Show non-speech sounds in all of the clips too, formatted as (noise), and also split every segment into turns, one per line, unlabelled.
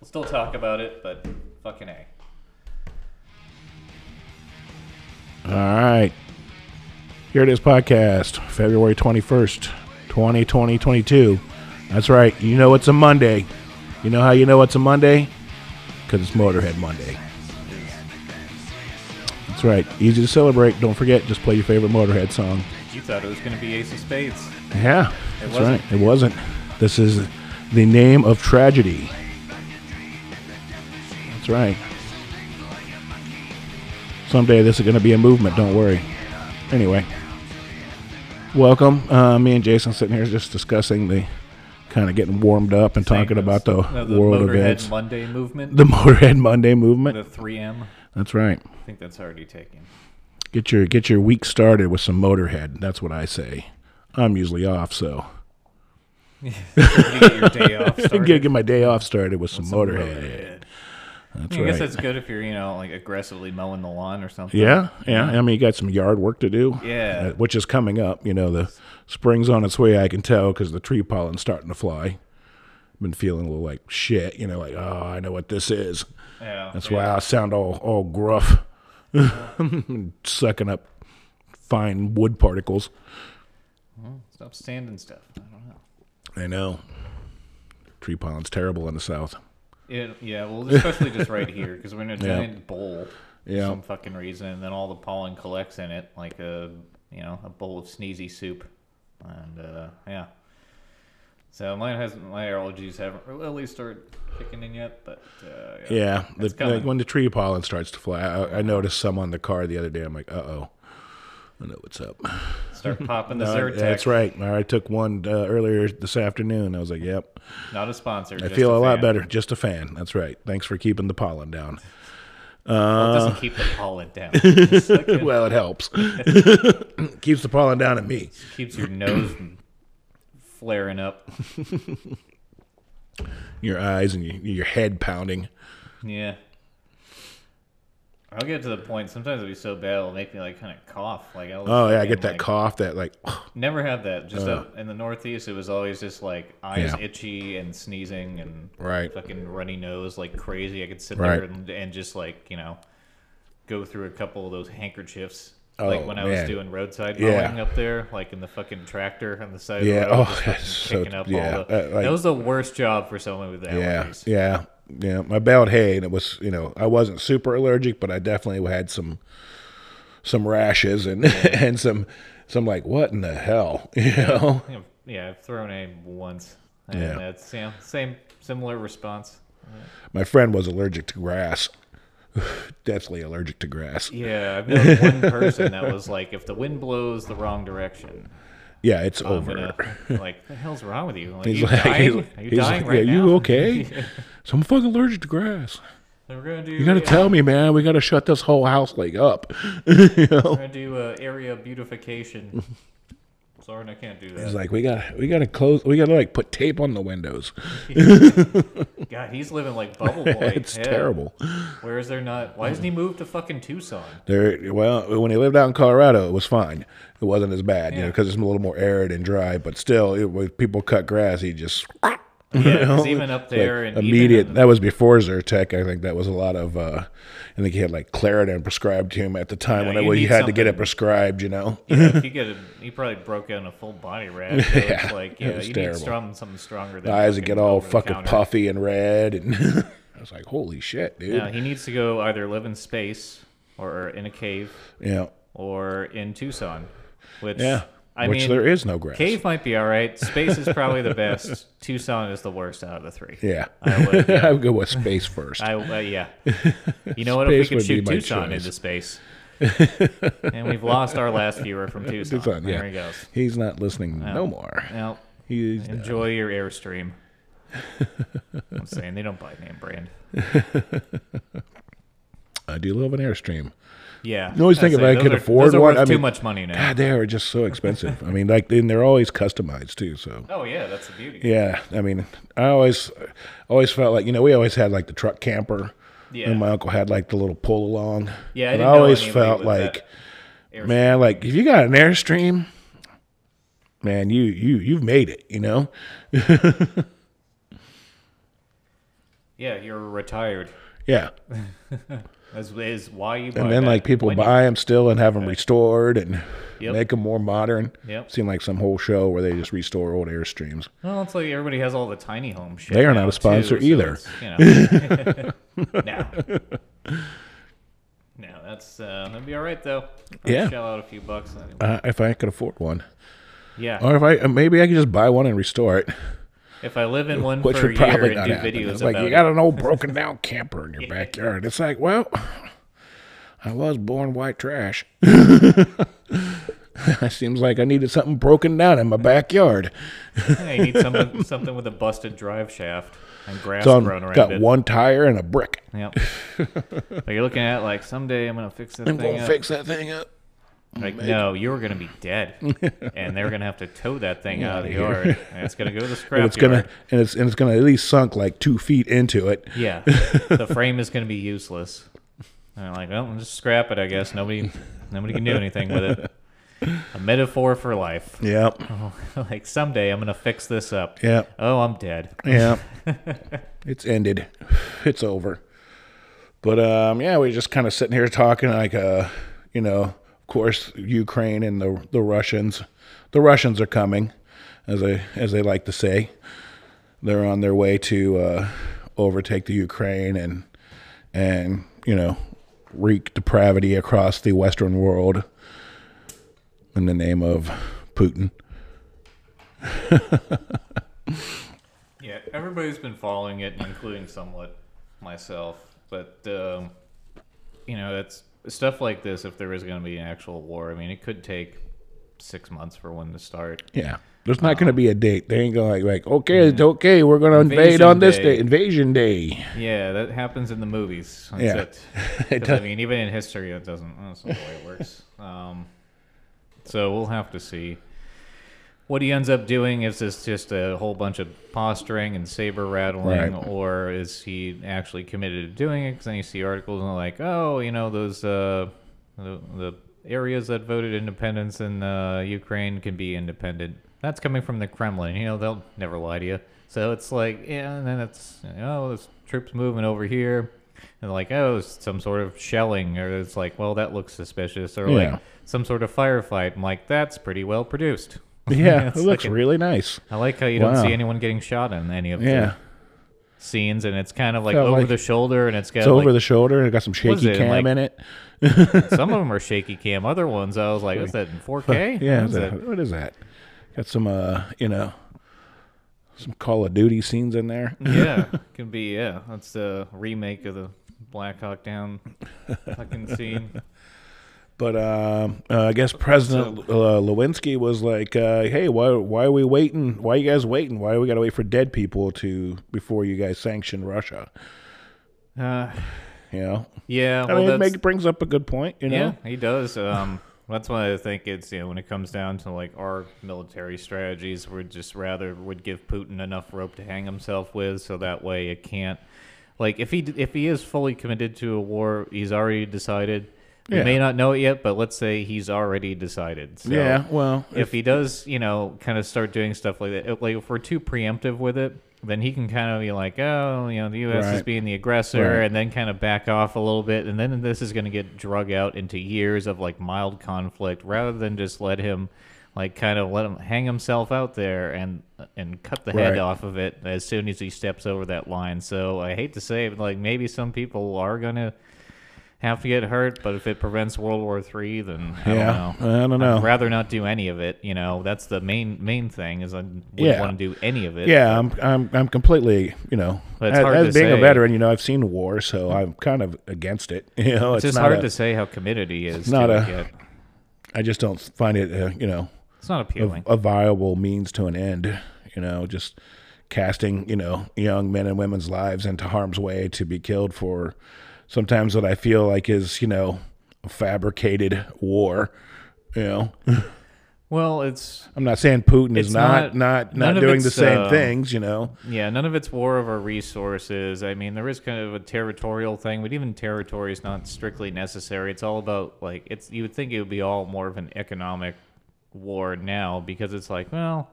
We'll still talk about it, but fucking A.
All right. Here it is podcast, February 21st, 2020, 22. That's right. You know it's a Monday. You know how you know it's a Monday? Because it's Motorhead Monday. That's right. Easy to celebrate. Don't forget, just play your favorite Motorhead song.
You thought it was going to be Ace of Spades.
Yeah, that's
wasn't.
right. It wasn't. This is the name of tragedy. That's right. Someday this is going to be a movement. Don't worry. Anyway, welcome. Uh, me and Jason sitting here just discussing the kind of getting warmed up and talking about the,
No, Uh, the
world
Motorhead
events,
Monday movement.
the (laughs) Motorhead Monday movement.
the 3M.
That's right.
I think that's already
(laughs)
taken.
Get your get your week started with some Motorhead. That's what I say. I'm usually off, so
You get your day off
I'm
started.
gonna get my day off started with some, Motorhead.
That's I
right.
guess that's good if you're, you know, like aggressively mowing the lawn or something.
Yeah, yeah. I mean, you got some yard work to do.
Yeah.
uh, which is coming up. You know, the spring's on its way. I can tell because the tree pollen's starting to fly. Been feeling a little like shit. You know, like oh, I know what this is.
Yeah.
That's
yeah.
why I sound all all gruff, (laughs) sucking up fine wood particles.
Stop standing stuff. I don't know.
I know. Tree pollen's terrible in the south.
It, yeah, well, especially just right here because we're in a
(laughs)
giant bowl for
Yeah.
some fucking reason, and then all the pollen collects in it like a you know a bowl of sneezy soup, and uh, yeah. So mine hasn't. My allergies haven't really started kicking in yet, but uh, yeah.
Yeah, the,
It's coming.
like when the tree pollen starts to fly, I, I noticed some on the car the other day. I'm like, uh oh, I know what's up.
start popping
(laughs)
the
Uh,
Zyrtec.
That's right. I took one uh, earlier this afternoon. I was like, "Yep,
Not a sponsor.
I feel a, lot better." Just a fan. That's right. Thanks for keeping the pollen down.
it
Uh.
doesn't keep the pollen
(laughs)
down. It's like it
well, it helps. (laughs) Keeps the pollen down at me.
keeps your
(laughs)
nose from flaring up.
Your eyes and your, your head pounding.
Yeah. I'll get to the point. Sometimes it'll be so bad it'll make me like kind of cough. Like I'll
Oh yeah, I
fucking,
get that
like-
cough.
(sighs)
That like,
Never had that. Just up in the Northeast, it was always just like eyes
Yeah.
itchy and sneezing and
Right.
fucking runny nose like crazy. I could sit
Right.
there and, and just like you know go through a couple of those handkerchiefs.
Oh,
like when I was
man.
doing roadside
Yeah.
mowing up there, like in the fucking tractor on the side.
Yeah,
Of the road,
oh,
just
(laughs) that's
fucking
so-
picking up
yeah,
all the,
that, like-
that was the worst job for someone with
yeah,
allergies.
yeah, yeah. I baled hay, and it was you know I wasn't super allergic, but I definitely had some some rashes and (laughs) and some some like what in the hell, (laughs) you know?
Yeah, I've- yeah, I've thrown a once, and
Yeah.
that's you know, same similar response.
My friend was allergic to grass. (sighs) Deathly allergic to grass.
Yeah, I've known one person that was like, if the wind blows the wrong direction,
Yeah, it's
I'm
over.
gonna like, the hell's wrong with you? Like,
(laughs) He's
Oh, you
like,
dying?
he's-
Are you
he's
dying
like,
right
yeah,
now?
you okay?
(laughs)
so I'm fucking allergic to grass.
We're gonna do. uh,
You gotta
yeah,
tell me, man. We gotta shut this whole house like up. (laughs) you know,
We're gonna do uh, area beautification. (laughs) Sorry, I can't do
it's
that.
like we gotta we gotta close. We gotta like put tape on the windows. (laughs)
God, he's living like Bubble Boy.
(laughs) It's
Yeah.
terrible.
Where is there not? Why doesn't he move to fucking
(laughs)
Tucson?
There, well, when he lived out in Colorado, it was fine. It wasn't as bad, you know,
Yeah.
because it's a little more arid and dry. But still, it, when people cut grass, he just
Yeah, 'cause even up there
like
and
immediate.
Even in
that was before Zyrtec. I think that was a lot of. Uh, I think he had like Claritin prescribed to him at the time
Yeah,
when it
you
was, he
need
had to get it
something.
prescribed. You know,
the, if (laughs) you get a, he probably broke out in a full body
(laughs)
rash. So
Yeah,
it's like,
it
yeah,
was
you
terrible.
need strong, something stronger than
eyes would
fucking
get all fucking
over-the-counter.
puffy and red, and (laughs) I was like, "Holy shit, dude!"
Yeah,
Yeah,
he needs to go either live in space or in a cave
yeah,
or in Tucson, which I
which
mean,
there is no grass.
cave might be all right. Space is probably the best. (laughs) Tucson is the worst out of the three.
yeah,
I would, yeah.
(laughs) I would go with space
(laughs)
first.
I uh,
(laughs)
yeah. You know what?
Space
If we could
would be
shoot
my
Tucson
choice.
into
(laughs)
space, and we've lost our last viewer from Tucson.
Tucson, yeah.
There he goes.
He's not listening no more.
Well,
He's
enjoy your airstream. (laughs) I'm saying they don't buy name brand.
I Uh, do love an Airstream.
Yeah.
You always think
I'd
if
say
I
those
could
are-
afford
those are
one,
worth
I
too
mean-
much money now.
God, Ah, they are just so expensive. I mean, like, and they're always customized too. So
Oh yeah, that's the beauty.
yeah, I mean, I always, always felt like you know we always had like the truck camper,
Yeah.
and my uncle had like the little pull along.
Yeah, I
and
didn't know
always
anybody
felt
with
like,
Airstream.
man, like if you got an Airstream, man, you you you've made it. You know,
Yeah, you're retired.
Yeah.
(laughs) Oh, That's is why you.
And then like people buy them still and have them restored and
Yep.
make them more modern.
Yep.
Seem like some whole show where they just restore old Airstreams.
Well, it's like everybody has all the tiny home shit.
They are not
now,
a sponsor
too, so
either.
it's,
(laughs)
you know. (laughs) no. No, that's uh, that'd be all right though. I'll
Yeah.
shell out a few bucks. Anyway.
Uh, if I could afford one,
yeah,
or if I uh, maybe I could just buy one and restore it, (laughs)
if I live in one
which
for a
would probably
year
not
and do
happen.
videos
It's like
about
you got
(laughs)
an old broken down camper in your backyard. It's like, well, (sighs) I was born white trash. (laughs) Seems like I needed something broken down in my backyard.
it, I need something something with a busted drive shaft and grass
So
grown around
I've got
it.
one tire and a brick. (laughs)
Yep. but you're looking at like someday I'm gonna fix this
I'm
thing
going to
up.
fix that thing up.
Like, no, you're gonna be
(laughs)
dead, and they're gonna have to tow that thing out of the
Outta here.
yard, and it's gonna go to the scrapyard.
(laughs) and it's gonna and it's and it's gonna at least sunk like two feet into it.
Yeah, the frame is gonna be useless. And they're like, well, we'll just scrap it, I guess. Nobody, nobody can do anything with it. A metaphor for life. (laughs)
Yep.
like someday I'm gonna fix this up.
Yep.
Oh, I'm dead.
Yep. (laughs) it's ended. It's over. But um, yeah, we just kind of sitting here talking like uh, you know, of course Ukraine and the the Russians, the Russians are coming, as they as they like to say. They're on their way to uh, overtake the Ukraine and and you know wreak depravity across the Western world in the name of Putin.
Yeah, everybody's been following it, including somewhat myself. But um, you know, it's stuff like this. If there is going to be an actual war, I mean, it could take six months for one to start.
Yeah. There's not going to be a date. They ain't going to like, like okay, it's okay, we're going to invade
Uh-huh. Invasion
on this
day.
day,
(laughs)
invasion day.
Yeah, that happens in the movies. That's
Yeah.
it.
(laughs) It
'Cause, I mean, even in history, it doesn't. That's not the way it works. Um, so we'll have to see. What he ends up doing is this just a whole bunch of posturing and saber rattling,
Right.
or is he actually committed to doing it? Because then you see articles and they're like, oh, you know, those uh, the, the areas that voted independence in uh, Ukraine can be independent. That's coming from the Kremlin. You know, they'll never lie to you. So it's like, yeah, and then it's, you know, there's troops moving over here. And like, oh, it's some sort of shelling. Or it's like, well, that looks suspicious. Or
Yeah.
like, some sort of firefight. I'm like, that's pretty well produced. (laughs)
Yeah, it
It's
looks
like a-
really nice.
I like how you
Wow.
don't see anyone getting shot in any of
Yeah,
the scenes, and it's kind of like
Felt
over
like-
the shoulder, and it's got
it's over
like,
the shoulder. and It got some shaky
it,
cam
like-
in it.
some of them are shaky cam. Other ones, I was like, what's
(laughs)
that in 4K?
Yeah,
What's
it's a- (laughs)
that?
what is that? Got some, uh, you know, some Call of Duty scenes in there.
yeah, can be. Yeah, that's the remake of the Black Hawk Down fucking scene.
But um, uh, I guess President uh, Lewinsky was like, uh, "Hey, why why are we waiting? Why you guys waiting? Why we got to wait for dead people to before you guys sanction Russia?"
Uh,
You know,
yeah,
I
well,
mean, it
that's,
make, brings up a good point. You know,
yeah, he does. Um, that's why I think it's you know when it comes down to like our military strategies, we're just rather would give Putin enough rope to hang himself with, so that way it can't. Like if he d- if he is fully committed to a war, he's already decided. We
Yeah.
may not know it yet, but let's say he's already decided. So
yeah. Well,
if he does, you know, kind of start doing stuff like that, like if we're too preemptive with it, then he can kind of be like, oh, you know, the U.S. is
Right.
being the aggressor,
Right.
and then kind of back off a little bit, and then this is going to get drug out into years of like mild conflict, rather than just let him, like, kind of let him hang himself out there and and cut the head
Right.
off of it as soon as he steps over that line. So I hate to say, it, but like maybe some people are gonna. Have to get hurt, but if it prevents World War Three, then I
yeah,
don't know.
I don't know.
I'd rather not do any of it. You know, that's the main main thing is I wouldn't
Yeah.
want to do any of it.
yeah, I'm, I'm, I'm completely, you know,
But it's
as,
hard
as
to
being a
say.
veteran, you know, I've seen war, so I'm kind of against it. (laughs) You know,
it's,
it's,
just
not
hard
a-
to say how committed he is.
not
to
a-
it yet.
I just don't find it, uh, you know,
It's not appealing.
a viable means to an end. You know, just casting, you know, young men and women's lives into harm's way to be killed for sometimes what I feel like is, you know, a fabricated war. You know,
Well, it's
I'm not saying Putin is
It's not-
not not not,
none of
doing the
it's,
same
uh,
things. You know,
yeah, none of it's war over resources. I mean, there is kind of a territorial thing, but even territory is not strictly necessary. It's all about like it's. You would think it would be all more of an economic war now because it's like, well,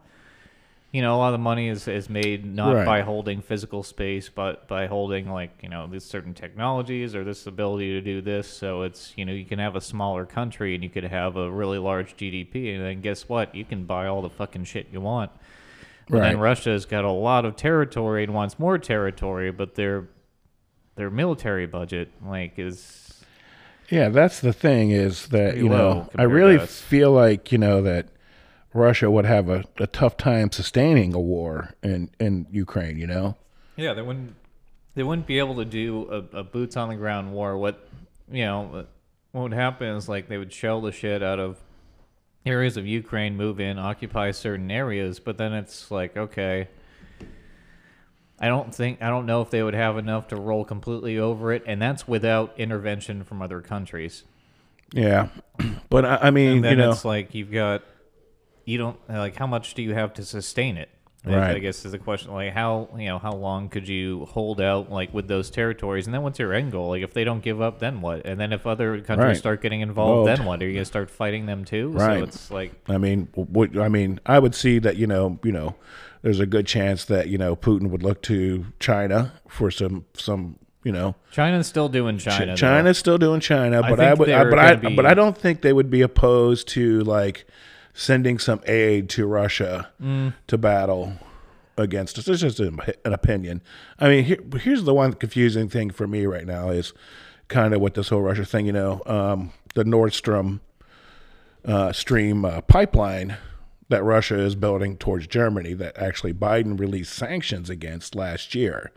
you know, a lot of the money is, is made not
Right.
by holding physical space, but by holding like, you know, these certain technologies or this ability to do this. So it's, you know, you can have a smaller country and you could have a really large GDP. And then guess what? You can buy all the fucking shit you want. But then
Right.
Russia's got a lot of territory and wants more territory, but their their military budget like is
Yeah, that's the thing is that
Pretty
you
low
know I
compared to
really
us.
feel like you know that Russia would have a, a tough time sustaining a war in in Ukraine. You know,
yeah they wouldn't they wouldn't be able to do a, a boots on the ground war. What you know what would happen is like they would shell the shit out of areas of Ukraine, move in, occupy certain areas, but then it's like okay. I don't think I don't know if they would have enough to roll completely over it, and that's without intervention from other countries.
yeah, (clears throat) but I, I mean,
And then
you know,
it's like you've got you don't like how much do you have to sustain it? Like,
Right.
I guess is the question. Like how you know how long could you hold out like with those territories? And then what's your end goal? Like if they don't give up, then what? And then if other countries
Right.
start getting involved,
Well,
then what? Are you gonna start fighting them too?
Right.
So it's like
I mean, what I mean, I would see that you know, you know, there's a good chance that you know Putin would look to China for some some you know
China's still doing China. though.
China's still doing China, but I,
think
would, I-
they're
but I,
gonna be-
but I don't think they would be opposed to like sending some aid to Russia
Mm.
to battle against us. It's just an, an opinion. I mean, here, here's the one confusing thing for me right now is kind of what this whole Russia thing. You know, um, the Nordstrom uh, stream uh, pipeline that Russia is building towards Germany that actually Biden released sanctions against last year.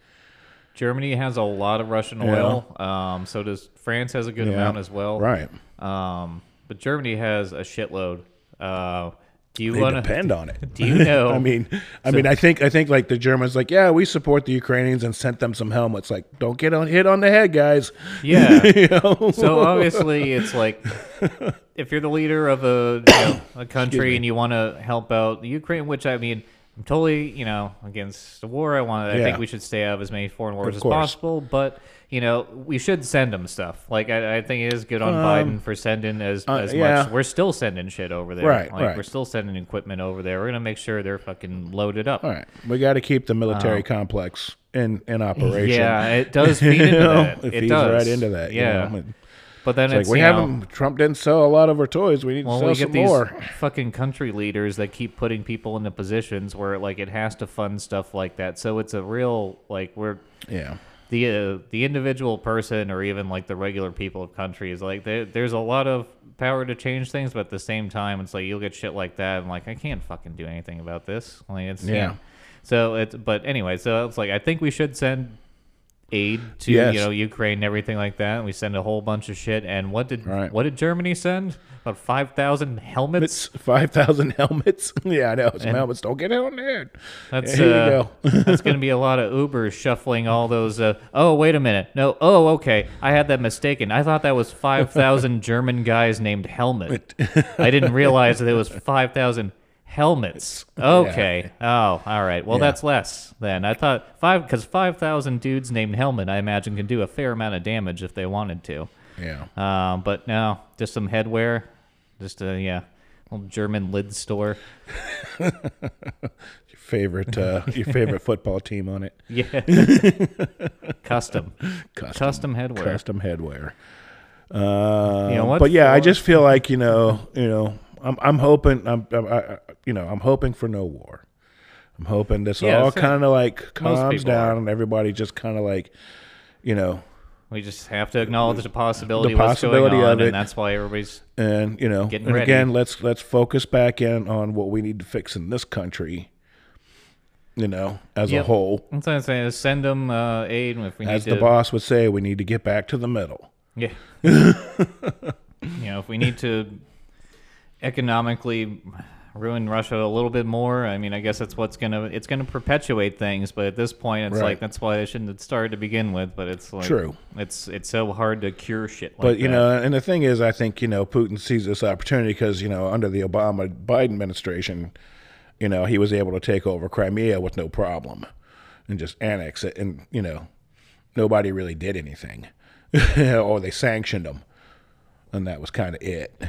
Germany has a lot of Russian oil. Um, so does France has a good amount as well.
Right.
Um, but Germany has a shitload. Uh, do you
They
want to?
depend on it.
(laughs) Do you know?
(laughs) I mean, I mean, I think I think like the Germans, like, yeah, we support the Ukrainians and sent them some helmets. Like, don't get on, hit on the head, guys. (laughs)
yeah.
You know?
So obviously, it's like if you're the leader of a you know, a country and you want to help out the Ukraine, which I mean, I'm totally you know against the war. I want. I
Yeah.
think we should stay out of as many foreign wars as
course.
possible, but. You know, we should send them stuff. Like I, I think it is good on Biden for sending as, as
Um, uh, yeah.
much. We're still sending shit over there.
Right,
Like
right.
we're still sending equipment over there. We're gonna make sure they're fucking loaded up.
All right, we got to keep the military complex in in operation. (laughs)
Yeah, it does feed into
You know,
that.
it
It
feeds
does
right into that. you
Yeah,
know? It's
but then
like
it's
we
you know,
haven't. Trump didn't sell a lot of our toys. We need
Well,
to
we
sell some
get these (laughs)
more.
fucking country leaders that keep putting people into positions where like it has to fund stuff like that. So it's a real like we're
Yeah.
the uh, the individual person or even like the regular people of countries like there there's a lot of power to change things, but at the same time it's like you'll get shit like that and like I can't fucking do anything about this. Like it's
Yeah.
So it's but anyway, so it's like I think we should send aid to
Yes.
you know Ukraine and everything like that. And we send a whole bunch of shit. And what did
Right.
what did Germany send? About five thousand helmets.
It's five thousand (laughs) helmets. yeah, I know. Some helmets. Don't get hit on the head.
That's
Here you
uh,
go.
(laughs) that's going to be a lot of Ubers shuffling all those. Uh, oh, wait a minute. No. Oh, okay. I had that mistaken. I thought that was five thousand German guys named Helmet. I didn't realize that it was five thousand helmets. Okay. Oh, all right. Well, that's less then. I thought five because five thousand dudes named Helmet, I imagine, can do a fair amount of damage if they wanted to.
Yeah.
Um, but no, just some headwear. Just a yeah, little German lid store. (laughs)
Favorite. Uh, your favorite football team on it.
Yeah. Custom.
Custom.
Custom headwear.
custom headwear. Uh,
You know what?
but yeah, I
For-
just feel like you know, you know, I'm I'm hoping I'm, I'm I, I- you know I'm hoping for no war. I'm hoping this
Yeah,
all
same.
kind of like calms
people
down and everybody just kind of like, you know,
We just have to acknowledge the possibility,
The
what's
possibility
going
of
on,
it.
and that's why everybody's
and you know,
Getting
and
ready.
again, let's let's focus back in on what we need to fix in this country. You know, as
Yep.
a whole,
That's what I'm saying. is Send them uh, aid if we
as
need
the
to.
boss would say, we need to get back to the middle. (laughs)
Yeah. you know, if we need to economically ruin Russia a little bit more, I mean, I guess that's what's gonna it's gonna perpetuate things. But at this point, it's
Right.
like that's why they shouldn't have started to begin with. But it's like
True.
It's it's so hard to cure shit. Like
But you
that.
know, and the thing is, I think you know Putin sees this opportunity because you know under the Obama Biden administration, you know he was able to take over Crimea with no problem, and just annex it, and you know nobody really did anything, (laughs) or they sanctioned him, and that was kind of it.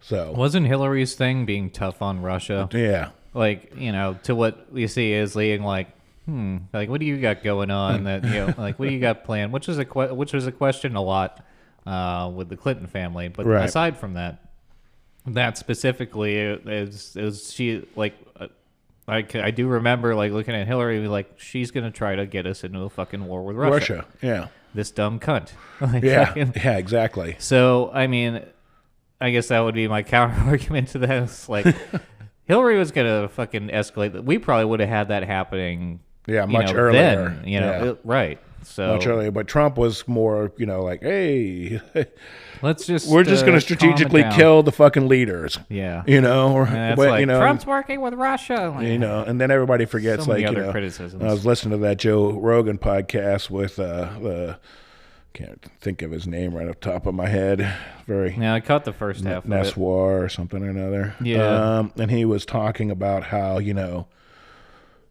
So
wasn't Hillary's thing being tough on Russia?
yeah,
like you know to what you see is leading like hmm like what do you got going
(laughs)
on that you know like what do you got planned which is a que- which was a question a lot uh, with the Clinton family but
Right.
aside from that that specifically uh, is is she like uh, I, c- I do remember like looking at Hillary like she's gonna try to get us into a fucking war with Russia,
Russia. Yeah.
this dumb cunt (laughs) Like,
Yeah.
fucking-
Yeah, exactly.
so I mean, I guess that would be my (laughs) counter argument to this.
(laughs)
Like, Hillary was gonna fucking escalate. We probably would have had that happening.
Yeah,
you
much
know,
earlier.
Then, you know,
Yeah.
it- right? So
Much earlier, but Trump was more, you know, like, hey, (laughs)
let's just
we're just
uh,
going to
calm it
strategically
down.
kill the fucking leaders.
Yeah,
(laughs) You know, or,
and that's
but,
like
you know,
Trump's working with Russia. Like,
you know, and then everybody forgets,
So many
like, you
other
know,
criticisms.
I was listening to that Joe Rogan podcast with, uh, uh, can't think of his name right off the top of my head. Very
yeah, I caught the first half of it.
Neswar or something or another.
Yeah.
Um, and he was talking about how, you know,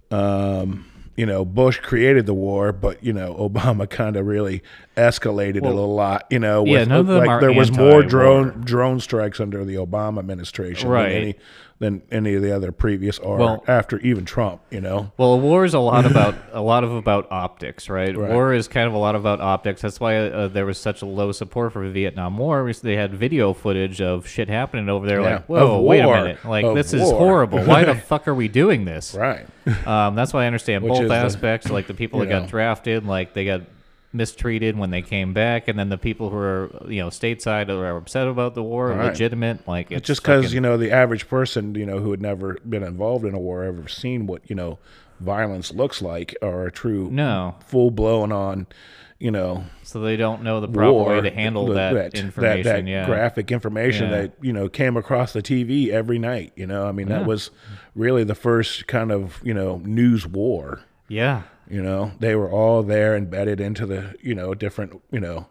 um, you know, Bush created the war, but you know, (laughs) Obama kind of really escalated it a lot. You know, with,
yeah, none of them
like
are
there was more
anti-war.
drone drone strikes under the Obama administration
Right.
than any than any of the other previous or
Well-
after even Trump. You know,
Well, war is a lot
(laughs)
about a lot of about optics, right? War is kind of a lot about optics. That's why uh, there was such a low support for the Vietnam War. because They had video footage of shit happening over there.
Yeah,
Like, whoa,
of
wait a
war,
minute! Like,
of
this is
war." (laughs)
horrible. Why the fuck are we doing this?
right?
Um, that's why I understand
is
both
the-
aspects. like the
(laughs)
people that
know.
got drafted, like they got mistreated when they came back, and then the people who are you know stateside or are upset about the war,
Right.
legitimate. Like it's
(laughs) Just because you know the average person, you know, who had never been involved in a war, ever seen what you know violence looks like, or a true
no,
full blown on, you know,
so they don't know the proper
war,
way to handle
the-
that,
that-
information.
that,
yeah.
graphic information
Yeah.
that you know came across the TV every night. You know, I mean, that was really the first kind of you know news war.
yeah.
You know, they were all there embedded into the you know different you know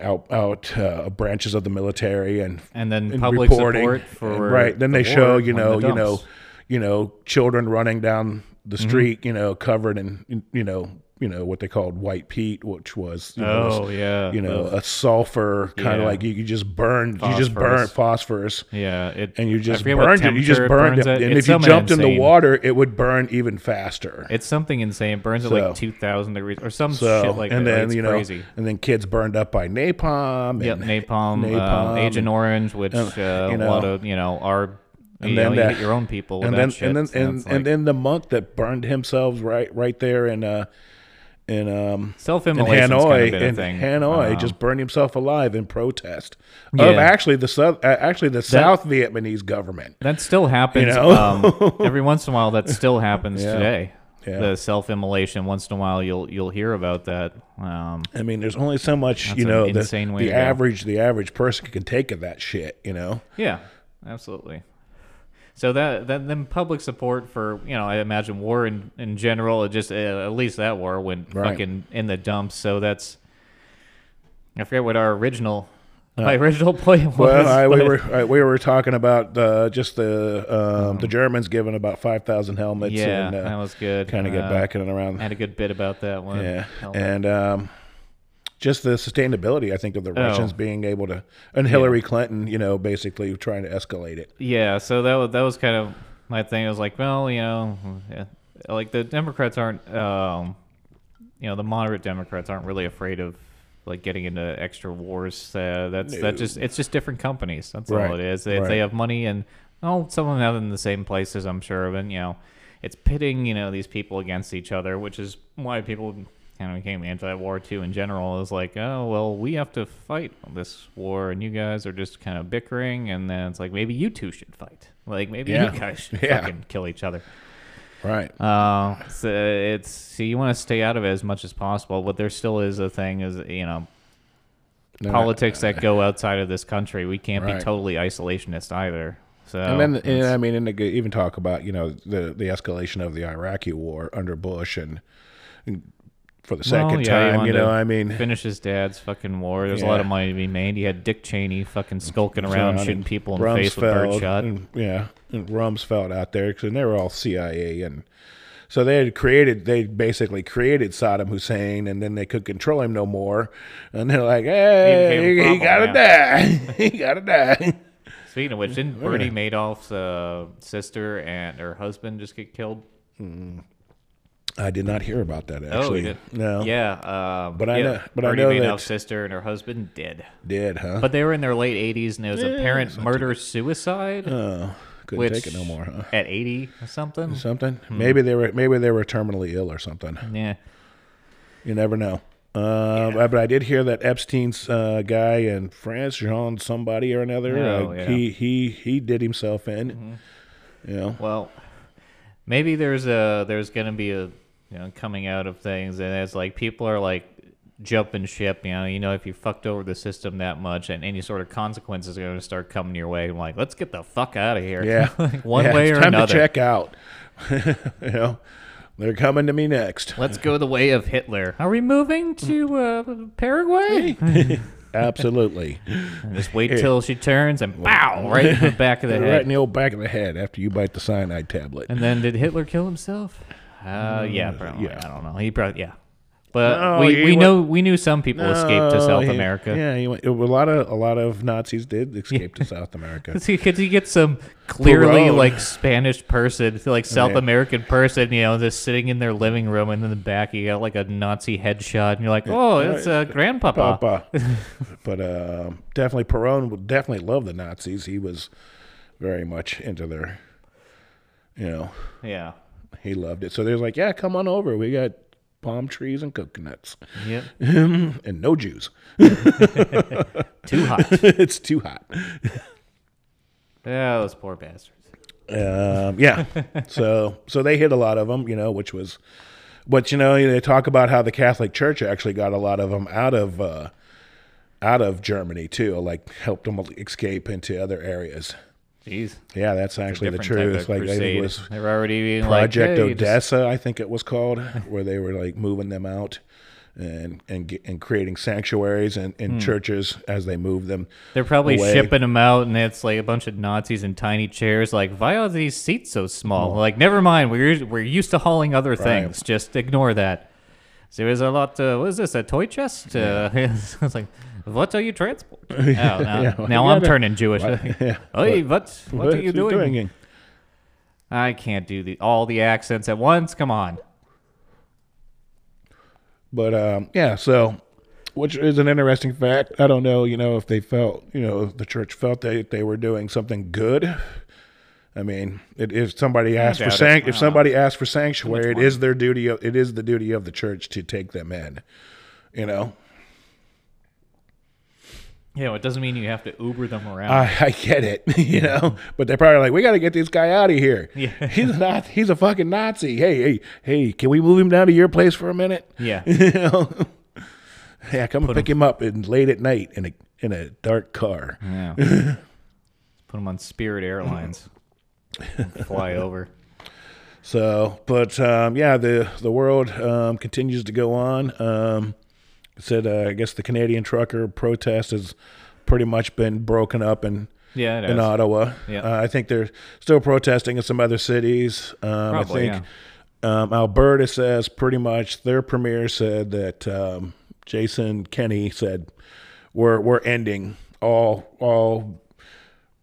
out out uh, branches of the military and
and then
and
public
reporting.
support for
right. Then
the
they show
war
you
on
know
the
you know
dumps. Mm-hmm.
you know children running down the street you know covered in you know you know what they called white peat, which was you know, this-
oh yeah
you know a sulfur kind of
Yeah.
like you, you just burn you just burn
Phosphorus.
phosphorus.
yeah it
And you
I
just
forget what
burned it. You just
temperature
burned it.
burns
And
It's
if you
something
jumped in the
insane.
water, it would burn even faster.
it's something insane. It burns at
So-
like two thousand degrees or some
so,
shit like
and
that. Like,
then
it's
you know,
crazy.
and then kids burned up by napalm.
Yep,
and,
napalm, uh,
napalm
Agent Orange, which uh,
you
a lot
know.
of you know are you
then
know
that-
you hit your own people with
and
that
then
shit.
and then
so
and,
it's like
and then the monk that burned himself right right there in uh in um in
self-immolation
Hanoi
kind of
in
thing.
Hanoi
Uh,
just burned himself alive in protest
Yeah.
of actually the south uh, actually the South Vietnamese government.
That still happens.
You know? (laughs)
um, every once in a while, that still happens today.
Yeah.
The self-immolation. Once in a while, you'll you'll hear about that. Um,
I mean, there's only so much you
an
know the,
insane way
the
to go.
average the average person can take of that shit.
(laughs)
You know,
Yeah, absolutely. So that, that then public support for you know I imagine war in, in general it just uh, at least that war went
Right.
fucking in the dumps. So that's I forget what our original my original (laughs) point was.
Uh, well, I, we
but-
were I, we were talking about uh, just the um, the Germans giving about five thousand
(laughs)
helmets.
Uh-huh. yeah,
and,
that
uh,
was good.
kind of get
Uh,
back in and around.
Had a good bit about that one.
Yeah,
Hell,
and um, just the sustainability, I think, of the
Oh.
Russians being able to, and Hillary Clinton, you know, basically trying to escalate it.
yeah so that was, that was kind of my thing it was like well you know yeah, like the democrats aren't um, you know the moderate democrats aren't really afraid of like getting into extra wars uh, that's that just it's just different companies that's
Right,
all it is they,
right.
they have money and oh some of them have them in the same places i'm sure and you know it's pitting you know these people against each other which is why people kind of became anti-war too in general is like oh well we have to fight this war and you guys are just kind of bickering and then it's like maybe you two should fight like maybe
Yeah.
you guys should
(laughs) Yeah.
fucking kill each other
Right.
uh, so it's so you want to stay out of it as much as possible, but there still is a thing is you know
No,
politics that go outside of this country. We can't
Right.
be totally isolationist either. So
And then, and, I mean, and they could even talk about you know the the escalation of the Iraqi war under Bush and, and for the
Well, yeah, he
second time, you
wanted to
know, I mean,
finish his dad's fucking war. There's a lot of
Yeah.
money to be made. He had Dick Cheney fucking skulking around,
Brown
shooting
and
people in the face with
Rumsfeld
birdshot.
And, yeah, and Rumsfeld out there because they were all CIA and so they had created. They basically created Saddam Hussein, and then they could control him no more. And they're like,
became a
"Hey, he,
problem,
(laughs) gotta
yeah.
die. he gotta die."
Speaking of which, didn't
We're
Bernie
gonna-
Madoff's uh, sister and her husband just get killed?
I did not hear about that
Oh, he
actually.
did.
no,
Yeah. Um,
But I
yeah,
know- but I
Bernie
know that-
Madoff's sister and her husband did.
did huh?
But they were in their late 80s, and it was apparent murder suicide
oh, couldn't
which, Hmm.
take it no more, huh?
at 80 or something.
Something. Maybe they were maybe they were terminally ill or something.
Yeah.
You never know. Uh, but- But I did hear that Epstein's uh, guy in France, Jean somebody or another,
Oh,
uh,
yeah. Mm-hmm.
he he he did himself in. You know,
Well, maybe there's a there's gonna be a you know coming out of things, and it's like people are like jumping ship. You know, you know if you fucked over the system that much, and any sort of consequences are gonna start coming your way. I'm like, let's get the fuck out of here.
yeah,
(laughs) Like, one
Yeah,
way
it's
or
time
another.
to check out. (laughs) you know, they're coming to me next.
(laughs) Let's go the way of Hitler. Are we moving to uh, Paraguay?
Absolutely,
Just wait till she turns and bow right in the back of the
(laughs) right in
head.
the old back of the head after you bite the cyanide tablet.
And then did Hitler kill himself? Uh, yeah, probably.
Mm, yeah.
I don't know. He probably yeah. But
No,
we,
he
we
wa-
know we knew some people escaped to
Oh,
South
he-
America.
Yeah, he went, a lot of a lot of Nazis did escape
(laughs)
to South America.
Because he, (laughs) 'cause he gets some clearly
Perone.
like Spanish person, like South
Yeah.
American person, you know, just sitting in their living room, and in the back you got like a Nazi headshot, and you're like, oh, it's uh, grandpapa.
Papa. (laughs) but um definitely Perón would definitely love the Nazis. He was very much into their, you know,
Yeah.
he loved it. So they're like, yeah, come on over. We got palm trees and coconuts (laughs)
Yep.
and no Jews. (laughs)
Too hot.
it's too hot.
Yeah, those poor bastards.
Um, yeah. so so they hit a lot of them, you know, which was, but you know they talk about how the Catholic Church actually got a lot of them out of uh, out of Germany too, like helped them escape into other areas.
Jeez.
Yeah, that's actually the
Different
truth.
type of
Like I
crusade.
think it was
They were already being
Project
like, hey, just-
Odessa, I think it was called, where they were like moving them out and and ge- and creating sanctuaries and, and
Hmm.
churches as they moved them.
They're probably
away.
shipping them out, and it's like a bunch of Nazis in tiny chairs. Like, why are these seats so small?
Mm.
Like, never mind. We're we're used to hauling other things. Just ignore that. There is a lot. Uh, what is this? A toy chest? Uh, (laughs) it's like, what are you transporting?
(laughs)
Oh, now
Yeah,
now
you
I'm
gotta-
turning Jewish. (laughs)
yeah.
Hey, what? What, are you
he's
doing?
again?
I can't do the, all the accents at once. Come on.
But um, yeah, so which is an interesting fact. I don't know, you know, if they felt, you know, if the church felt that they were doing something good. I mean, it, if somebody asked for
doubt it.
sanct-
I
if somebody asked for sanctuary, it is their duty. Of, it is the duty of the church to take them in. You know,
You know, it doesn't mean you have to Uber them around.
I, (laughs) I get it, you know, but they're probably like, we got to get this guy out of here.
Yeah.
(laughs) He's not, he's a fucking Nazi. Hey, hey, hey, can we move him down to your place for a minute? (laughs)
yeah.
You know? yeah, come and pick him, up in, late at night in a, in a dark car.
Yeah. Put them on Spirit
(laughs)
Airlines. Fly over.
So, but um, yeah, the, the world um, continues to go on. Um, it said, uh, I guess the Canadian trucker protest has pretty much been broken up and
Yeah, it is.
in Ottawa.
Yeah.
Uh, I think they're still protesting in some other cities. Um,
Probably,
I think um, Alberta says pretty much their premier said that um, Jason Kenney said we're we're ending all all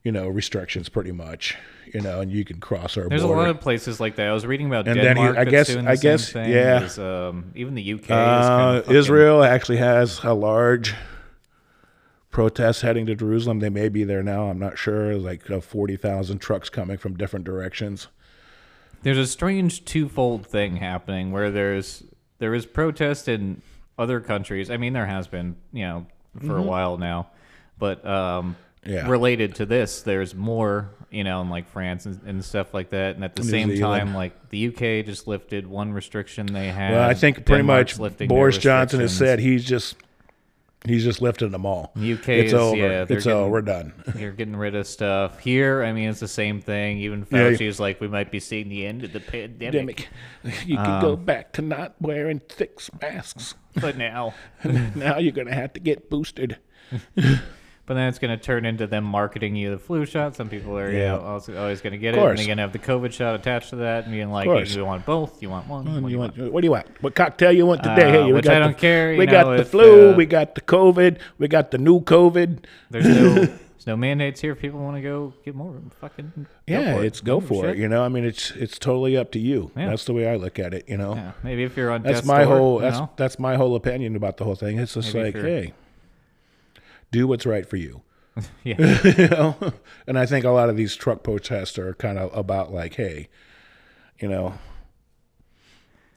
you know restrictions pretty much you know and you can cross our
There's a
border.
lot of places like that. I was reading about
And then he-
Denmark.
I
that's
guess-
doing
I
the same
guess-
thing.
yeah.
There's, um, even the UK. is
uh,
kinda fucking-
Israel actually has a large protest heading to Jerusalem. They may be there now. I'm not sure. Like uh, forty thousand trucks coming from different directions.
There's a strange twofold thing happening where there's there is protest in other countries. I mean, there has been you know for a while now, but um,
Mm-hmm. Yeah.
related to this, there's more you know in like France and, and stuff like that. And at the same
Zealand.
time, like the UK just lifted one restriction they had.
Well, Uh, I think pretty
Uh, Denmark's
much
lifting their
Boris Johnson has
restrictions.
said he's just he's just lifting them all.
UK is-
it's over.
yeah, they're
it's
getting-
over. We're done.
You're getting rid of stuff. Here, I mean, it's the same thing. Even
Yeah.
Fauci's like, we might be seeing the end of the pandemic.
Pandemic. You can go
Um,
back to not wearing thick masks. (laughs)
(laughs) But now,
now you're gonna have to get boosted.
but then it's going to turn into them marketing you the flu shot. Some people are you
Yeah.
know, also always going to get it.
course.
And they're going to have the COVID shot attached to that and being like,
course.
you want both? You want one? What
What do
do
you want? What do you want? What cocktail you want today?
Uh,
hey, we
which
got
I don't
the,
care, you
We
know,
got the
if,
flu.
uh,
we got the COVID. We got the new COVID. (laughs)
There's no There's no mandates here. If people want to go get more, fucking go
yeah,
for it.
it's go
Give a
for it.
shit.
You know, I mean, it's it's totally up to you.
Yeah.
That's the way I look at it. You know,
Yeah, maybe if you're on
that's
death's
my
door,
whole
you
that's
know? (laughs)
that's my whole opinion about the whole thing. It's just
Maybe
like,
if you're-
hey, do what's right for you. (laughs)
yeah,
you know, and I think a lot of these truck protests are kind of about like, hey, you know,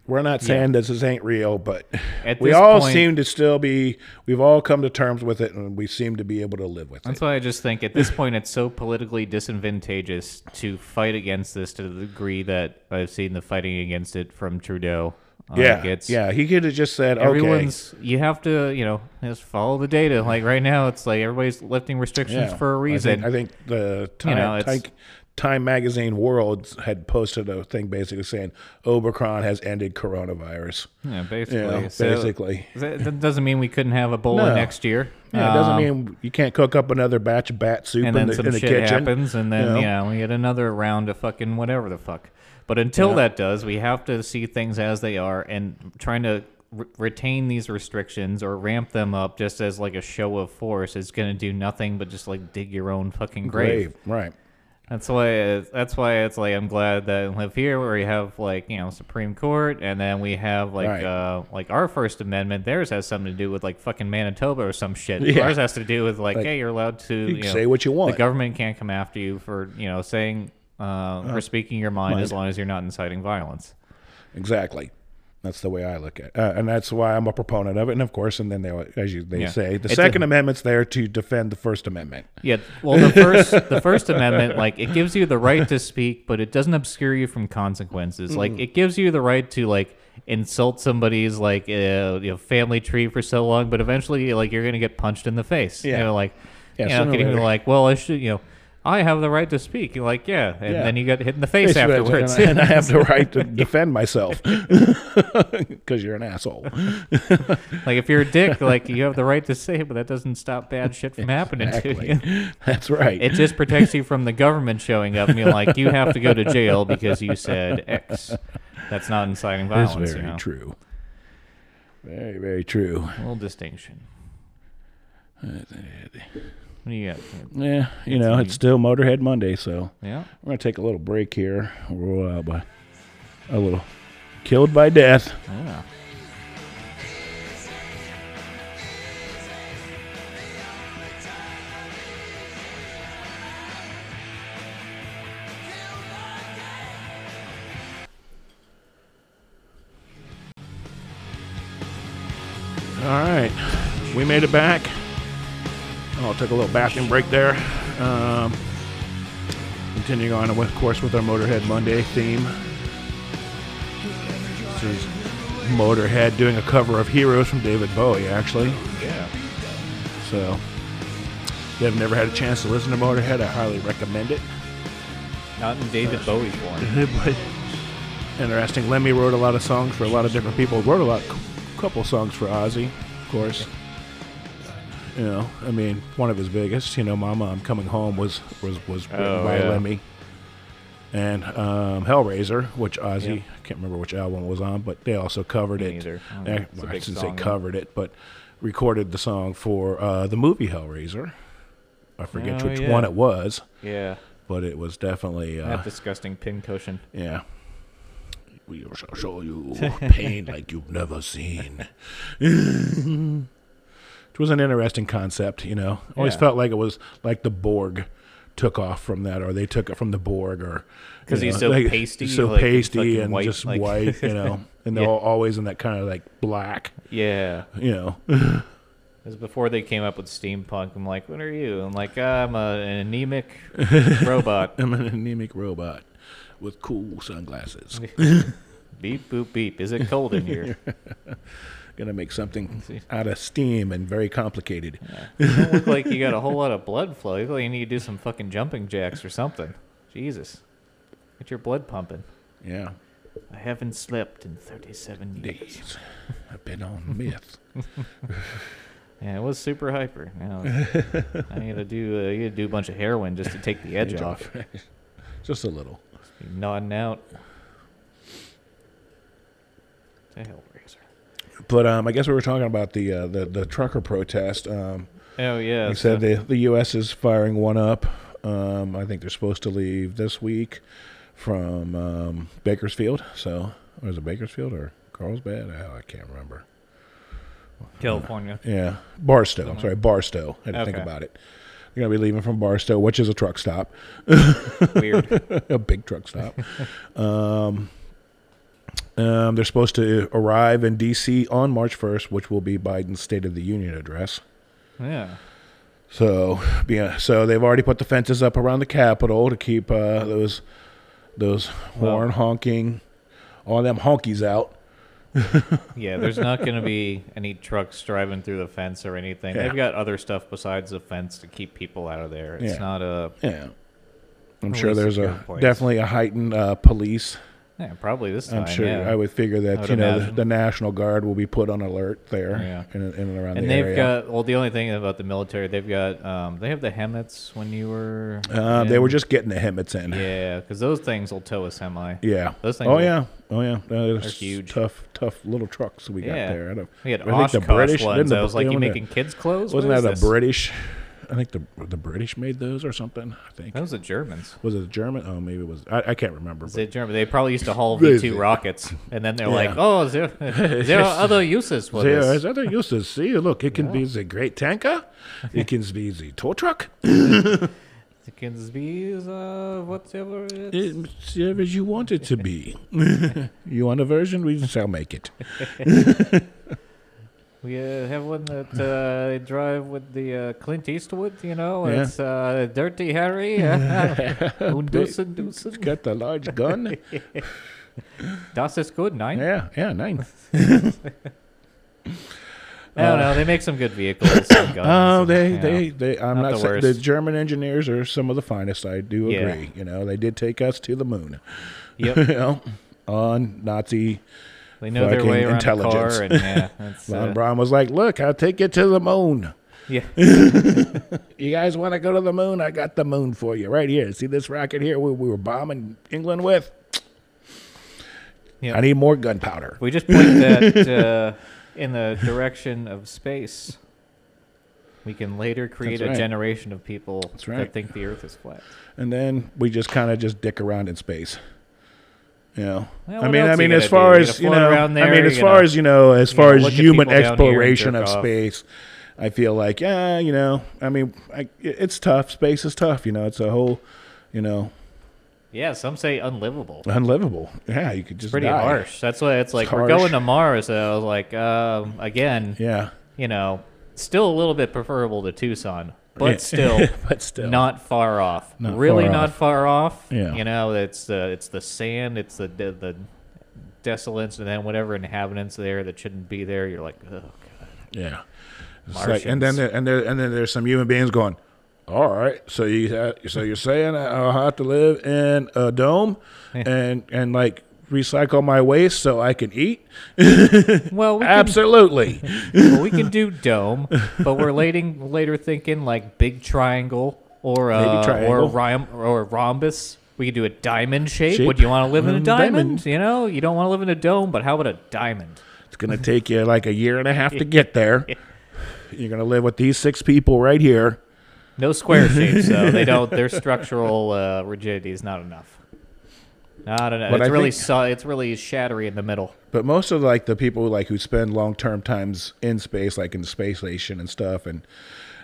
we're not saying this is ain't real, but
At
we
this
all
point-
seem to still be. We've all come to terms with it, and we seem to be able to live with it.
that's why I just think at this point it's so politically disadvantageous to fight against this to the degree that I've seen the fighting against it from Trudeau. Uh,
Yeah,
like it's,
yeah. He could have just said, okay,
Everyone's you have to you know just follow the data. Like right now, it's like everybody's lifting restrictions
Yeah.
for a
I
reason.
think- I think, the time,
know, it's-
Time- Time magazine world had posted a thing basically saying Omicron has ended coronavirus.
yeah, basically,
You know,
So
basically.
that, that doesn't mean we couldn't have Ebola
No.
next year.
Yeah, it doesn't
Um,
mean you can't cook up another batch of bat soup
and
in
then
the,
some
in the
shit
kitchen.
happens, and then
you know?
you know we get another round of fucking whatever the fuck. But until that does, we have to see things as they are, and trying to re- retain these restrictions or ramp them up just as like a show of force is going to do nothing but just like dig your own fucking grave.
Grave, right?
That's why. It's, that's why it's like I'm glad that I live here, where we have like you know Supreme Court, and then we have like
Right.
uh like our First Amendment. Theirs has something to do with like fucking Manitoba or some shit.
Yeah.
Ours has to do with like, hey, you're allowed to you
can
know,
say what you want.
The government can't come after you for you know saying uh, for speaking your mind as long as you're not inciting violence.
Exactly. That's the way I look at, it. Uh, and that's why I'm a proponent of it. And of course, and then they, as you, they
Yeah.
say, the
It's a-
Second Amendment's there to defend the First Amendment.
Yeah, well, the first the
(laughs)
First Amendment, like it gives you the right to speak, but it doesn't obscure you from consequences. Like
Mm.
it gives you the right to like insult somebody's like uh, you know family tree for so long, but eventually like you're gonna get punched in the face.
Yeah.
you know, like
Yeah,
you know,
sooner or
getting
later.
like, well, I should, you know, I have the right to speak. You're like, yeah, and
Yeah.
then you get hit in the face
Basically, that's what-
afterwards.
and (laughs) I, and I
(laughs)
have the right to defend myself (laughs) because you're an asshole.
like if you're a dick, like you have the right to say it, but that doesn't stop bad shit from happening to
(laughs)
you.
Exactly. That's right.
It just protects you from the government showing up and being like, you have to go to jail because you said X. That's not inciting
It's
violence.
very
you know?
true. Very, very true.
Little distinction. What do you got?
Yeah, you know, it's still Motorhead Monday, so
Yeah.
We're gonna take a little break here. We're uh, by a little killed by death.
Yeah.
All right, we made it back. Oh, took a little bathroom break there. Um, continuing on, of course, with our Motorhead Monday theme. This is Motorhead doing a cover of "Heroes" from David Bowie, actually.
Yeah.
So, if you've never had a chance to listen to Motorhead, I highly recommend it.
Not in David Bowie form.
But interesting. Lemmy wrote a lot of songs for a lot of different people. Wrote a lot, couple songs for Ozzy, of course. You know, I mean, one of his biggest. You know, "Mama, I'm Coming Home" was was was written
Oh,
by
yeah.
Lemmy. And um, Hellraiser, which Ozzy,
Yeah.
I can't remember which album it was on, but they also covered it.
neither. I don't
Eh,
know. It's a
well, I
big
shouldn't
song,
say
yeah.
covered it, but recorded the song for uh, the movie Hellraiser. I forget
Oh,
which
yeah.
one it was,
Yeah.
but it was definitely. Uh,
That disgusting pincushion.
yeah. We shall
(laughs)
show you pain like you've never seen. (laughs) it was an interesting concept, you know. Always
Yeah.
felt like it was like the Borg took off from that, or they took it from the Borg, or
'Cause
you
he's
know,
so
like,
pasty,
so
like, and
pasty
fucking
and
white,
just
like-
white,
(laughs)
you know. And they're
Yeah.
all always in that kind of like black,
Yeah.
you know. (laughs)
Because before they came up with steampunk, I'm like, what are you? I'm like, I'm a, an anemic robot.
I'm an anemic robot with cool sunglasses.
(laughs) Beep, boop, beep. Is it cold in here?
Gonna make something out of steam and very complicated.
You don't look like you got a whole lot of blood flow. You look like you need to do some fucking jumping jacks or something. Jesus. Get your blood pumping.
Yeah.
I haven't slept in 37 years.
days. (laughs) I've been (laughs) on myth.
Yeah, it was super hyper. Now I gotta do uh, you gotta do a bunch of heroin just to take the edge off.
(laughs) Just a little.
Be nodding out. To Hellraiser.
But um, I guess we were talking about the uh, the, the trucker protest. Um,
Oh yeah.
He
so-
said the, the U.S. is firing one up. Um, I think they're supposed to leave this week from um, Bakersfield. So, or is it Bakersfield or Carlsbad? Oh, I can't remember.
California.
Yeah, Barstow. I'm sorry, Barstow. I had to think
Okay.
about it. They're going to be leaving from Barstow, which is a truck stop,
Weird.
a big truck stop. (laughs) um, um, they're supposed to arrive in D.C. on March 1st, which will be Biden's State of the Union address.
Yeah.
So yeah, so they've already put the fences up around the Capitol to keep uh, those those horn honking, all them honkies out.
Yeah, there's not going to be (laughs) any trucks driving through the fence or anything.
Yeah.
They've got other stuff besides the fence to keep people out of there. It's
Yeah.
not a
Yeah, I'm sure
Really
there's
secure
a
place.
definitely a heightened uh, police.
yeah, probably this time.
I'm sure
yeah.
I would figure that
would
you know the,
imagine.
the National Guard will be put on alert there
Yeah.
in, in and around
and
the
they've
area.
got well, the only thing about the military, they've got um, they have the Hemets when you were.
uh, they were
in.
just getting the Hemets in.
yeah, because those things will tow a semi.
Yeah.
Those things
oh
are-
yeah. Oh yeah. No, they're
huge.
Tough, tough little trucks we got
Yeah.
there. I don't-
We had
I
Oshkosh
think the British
ones.
didn't the-
I was like,
they
you
owned the-
making kids clothes?
Wasn't
What
that a
is this?"
British? I think the the British made those or something. I think
That was the Germans.
was it German? Oh, maybe it was. I, I can't remember.
They, German. they probably used to haul
They-
V two rockets, and then they're like,
Yeah.
"Oh, there, (laughs) there are other uses for
but there
this."
is other uses. See, look, it can be the great tanker. It can be the tow truck.
The kids bees, uh, whatever. It is.
It's whatever you want it to be. (laughs) you want a version? We shall
(laughs)
make it.
We uh, have one that uh, they drive with the uh, Clint Eastwood, you know.
Yeah.
It's uh, Dirty Harry. Undusen,
It's
dusen.
got the large gun.
(laughs) Das ist gut, nine.
yeah, yeah, nine.
I don't know. They make some good vehicles.
(laughs)
and guns
Oh,
and,
they,
you know.
they, they. I'm
Not
not,
the
saying the
worst.
German engineers are some of the finest. I do
Yeah.
agree. You know, they did take us to the moon.
Yep.
(laughs) you know, on Nazi.
They know their way
Fucking
around
intelligence.
a car, and
(laughs)
yeah, that's,
Von
uh,
Braun was like, "Look, I'll take you to the moon.
yeah.
You guys want to go to the moon? I got the moon for you right here. See this rocket here? We, we were bombing England with.
Yeah.
I need more gunpowder.
We just
(laughs)
point that uh, in the direction of space. We can later create
That's right.
a generation of people
right.
that think the Earth is flat.
And then we just kind of just dick around in space. You know,
Well,
I
what
mean, I
else you
mean,
gonna
as
do?
far
You're
as
gonna
you
float
know,
around
I
there,
mean, as
you're
far
gonna,
as you know, as
you
far
know,
as
look at
human
people down here and
exploration
jerk
of
off.
space, I feel like, yeah, you know, I mean, I, it's tough. Space is tough. You know, it's a whole, you know,
Yeah, some say unlivable.
unlivable. Yeah, you could just
Pretty
die.
harsh. That's why it's like we're
harsh.
going to Mars. So I was like, um, again, (laughs)
Yeah,
you know, still a little bit preferable to Tucson, but
(laughs) Yeah.
still,
but still,
not far off.
Not
really
far
not
off.
far off.
Yeah.
You know, it's the it's the sand, it's the the, the desolates, and then whatever inhabitants there that shouldn't be there. You're like, oh god.
Yeah. It's like- and
Martians.
then there, and there, and then there's some human beings going. All right, so you ha- so you're saying I'll have to live in a dome and and like recycle my waste so I can eat? (laughs)
Well, (laughs) we can,
Absolutely.
well, we can do dome, but we're later later thinking like big triangle or
Maybe
uh, or
triangle.
rhomb or a rhombus. We could do a diamond shape.
Shape.
Would you want to live in a
Mm,
diamond?
diamond.
You know, you don't want to live in a dome, but how about a diamond?
it's gonna take you like a year and a half to get there.
(laughs)
You're gonna live with these six people right here.
No square shapes, though. They don't. Their structural uh, rigidity is not enough. Not enough.
But
it's
I
really
think-
so, it's really shattery in the middle.
But most of like the people like who spend long term times in space, like in the space station and stuff, and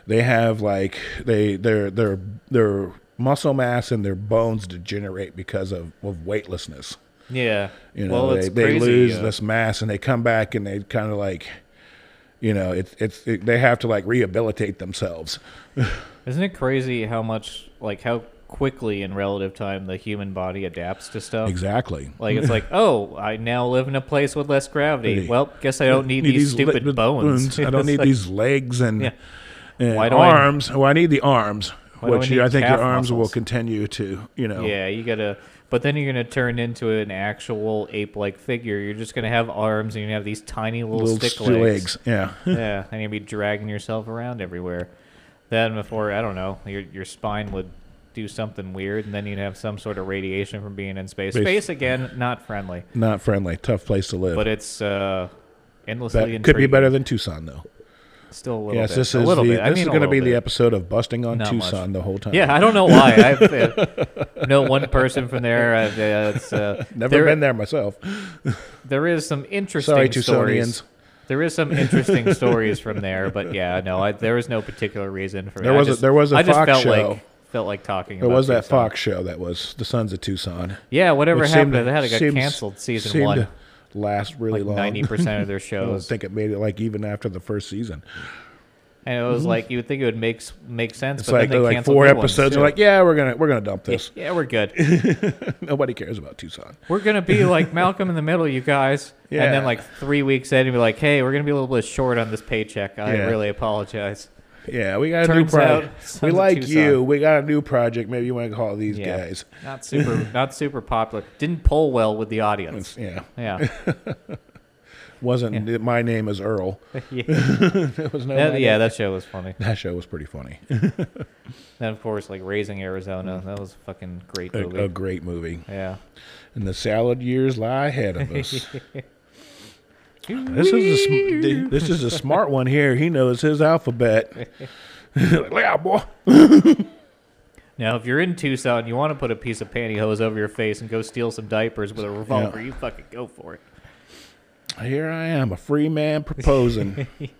they have like they their their their muscle mass and their bones degenerate because of, of weightlessness.
Yeah.
You know,
well,
they,
it's
they
crazy.
lose
uh,
this mass and they come back and they kind of like, you know, it's it's it, they have to like rehabilitate themselves.
Isn't it crazy how much, like, how quickly in relative time the human body adapts to stuff?
Exactly.
Like it's
(laughs)
like, oh, I now live in a place with less gravity.
Really?
Well, guess I don't need,
Need
these,
li-
stupid bones.
I
(laughs)
don't
It's
need
like,
these legs and,
Yeah.
and
Why do I-
arms. well, I need the arms,
Why do I
which
need
I, think your
calf
arms will
muscles?
continue to, you know.
Yeah, you gotta. But then you're gonna turn into an actual ape-like figure. You're just gonna have arms, and you're gonna have these tiny little,
Little
stick
stu-
legs.
Yeah.
(laughs) yeah, and you'd be dragging yourself around everywhere. Then before I don't know, your your spine would do something weird, and then you'd have some sort of radiation from being in space.
Bas-
Space again, not friendly,
Not friendly. Tough place to live.
but it's uh, endlessly
that could be
intriguing.
better than Tucson, though.
Still a little
Yes,
bit.
this
a
is the,
little bit. I
this
mean,
is
a
going to
little
be
bit.
the episode of busting on
Not much.
Tucson the whole time.
Yeah, I don't know why. I've uh, know one person from there. I've, uh, it's, uh,
never
there,
been there myself.
There is some interesting
Sorry,
stories.
Tucsonians.
There is some interesting stories from there, but yeah, no, I, there was no particular reason for
There
it. I
was a-
just-
there was a
I just
Fox
felt
show.
Like, felt like talking.
There
about
was that
Tucson.
Fox show that was the Sons of Tucson.
Yeah, whatever
which
happened
seemed to-
to that, it got
seems-
canceled season
seemed
one.
to last really long.
Ninety percent of their
(laughs) I don't
shows,
think it made it like even after the first season.
and it was like you would think it would make s- make sense,
It's
but
like
then
they're
they
like
canceled
four
good ones, too.
episodes. They're like, yeah, we're gonna we're gonna dump
yeah,
this.
yeah, we're good.
Nobody cares about Tucson.
We're gonna be
(laughs)
like Malcolm in the Middle, you guys. And
Yeah.
then like three weeks in, and be like, hey, we're gonna be a little bit short on this paycheck. I
Yeah.
really apologize.
Yeah, we got a new
Turns out,
project.
Sons
We
of
like
Tucson.
you. We got a new project. Maybe you want to call these
Yeah.
guys.
Not (laughs) super, not super popular. Didn't pull well with the audience.
Yeah,
Yeah,
(laughs)
(laughs)
wasn't my name is Earl.
yeah,
It was
(laughs)
no.
that,
my
yeah.
name.
That show was funny.
that show was pretty funny.
Then of course, like Raising Arizona,
Mm.
that was a fucking great
A,
movie.
a great movie.
yeah.
And the salad years lie ahead of
(laughs)
us. This is a sm- this is a smart one here. He knows his alphabet. (laughs) Like, Look out, boy.
Now, if you're in Tucson, you want to put a piece of pantyhose over your face and go steal some diapers with a revolver, you fucking go for it.
Here I am, a free man proposing. (laughs)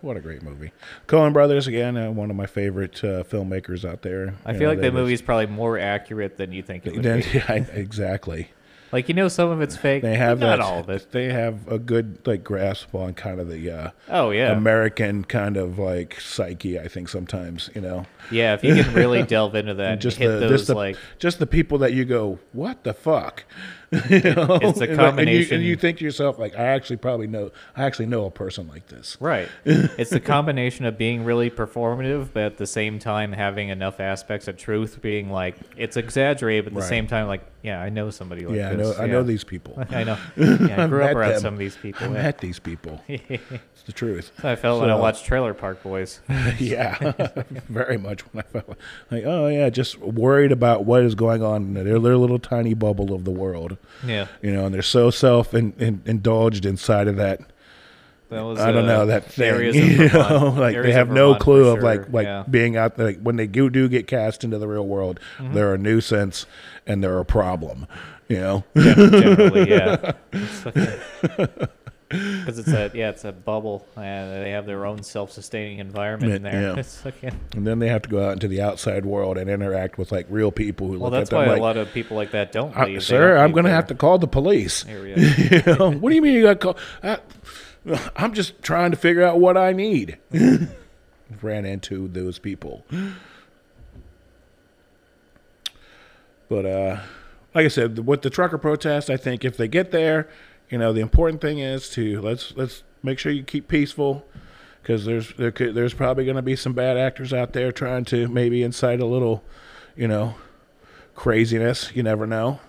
what a great movie. Coen Brothers, again, uh, one of my favorite uh, filmmakers out there.
I
You
feel
know,
like that
they
movie is probably more accurate than you think it
just-
would
Then,
be.
(laughs) yeah, exactly.
Like you know, some of it's fake.
They have
but not
that-
all of it.
They have a good like grasp on kind of the uh,
Oh yeah,
American kind of like psyche, I think sometimes, you know.
yeah. If you can
(laughs)
really delve into that, and
just
hit
the,
those
just the, (laughs)
like
just the people that you go, what the fuck? (laughs) You know?
it's a
And, like, And
combination-
you, and you think to yourself, like, I actually probably know, I actually know a person like this.
right. it's the combination of being really performative, but at the same time having enough aspects of truth. Being like it's exaggerated, but at the
Right.
same time, like yeah, I know somebody like
yeah, I know,
this.
I know these people.
I
(laughs)
know. Yeah, I grew
met
up around
them.
some of these (laughs) people.
I
yeah.
met
(laughs)
these people. it's the truth.
That's how I felt when I
So-
watched Trailer Park Boys. (laughs)
(laughs) yeah, very much. When I felt like, oh yeah, just worried about what is going on in their, their little tiny bubble of the world,
Yeah,
you know, and they're so self in, in, indulged inside of that.
that was.
I don't
uh,
know that thing. (laughs)
Areas of
You
Vermont.
know, like they
Areas
have
of
no
Vermont, for
clue of
sure.
like like
Yeah.
being out there. Like when they do, do get cast into the real world,
Mm-hmm.
they're a nuisance and they're a problem. You know, (laughs)
Gen- generally, yeah. Because it's a yeah, it's a bubble, and they have their own self-sustaining environment in there.
Yeah.
(laughs) It's like, yeah.
and then they have to go out into the outside world and interact with like real people who
Well,
look at
that's
them
why
like,
a lot of people like that don't
"Uh,
leave. They
"Sir,
don't
I'm
leave
going to
their
have to call the police."
Area.
You know, (laughs) what do you mean you got called? I, I'm just trying to figure out what I need. (laughs) Ran into those people. But uh, like I said, with the trucker protest, I think if they get there, you know, the important thing is to let's let's make sure you keep peaceful, because there's there could, there's probably going to be some bad actors out there trying to maybe incite a little, you know, craziness. You never know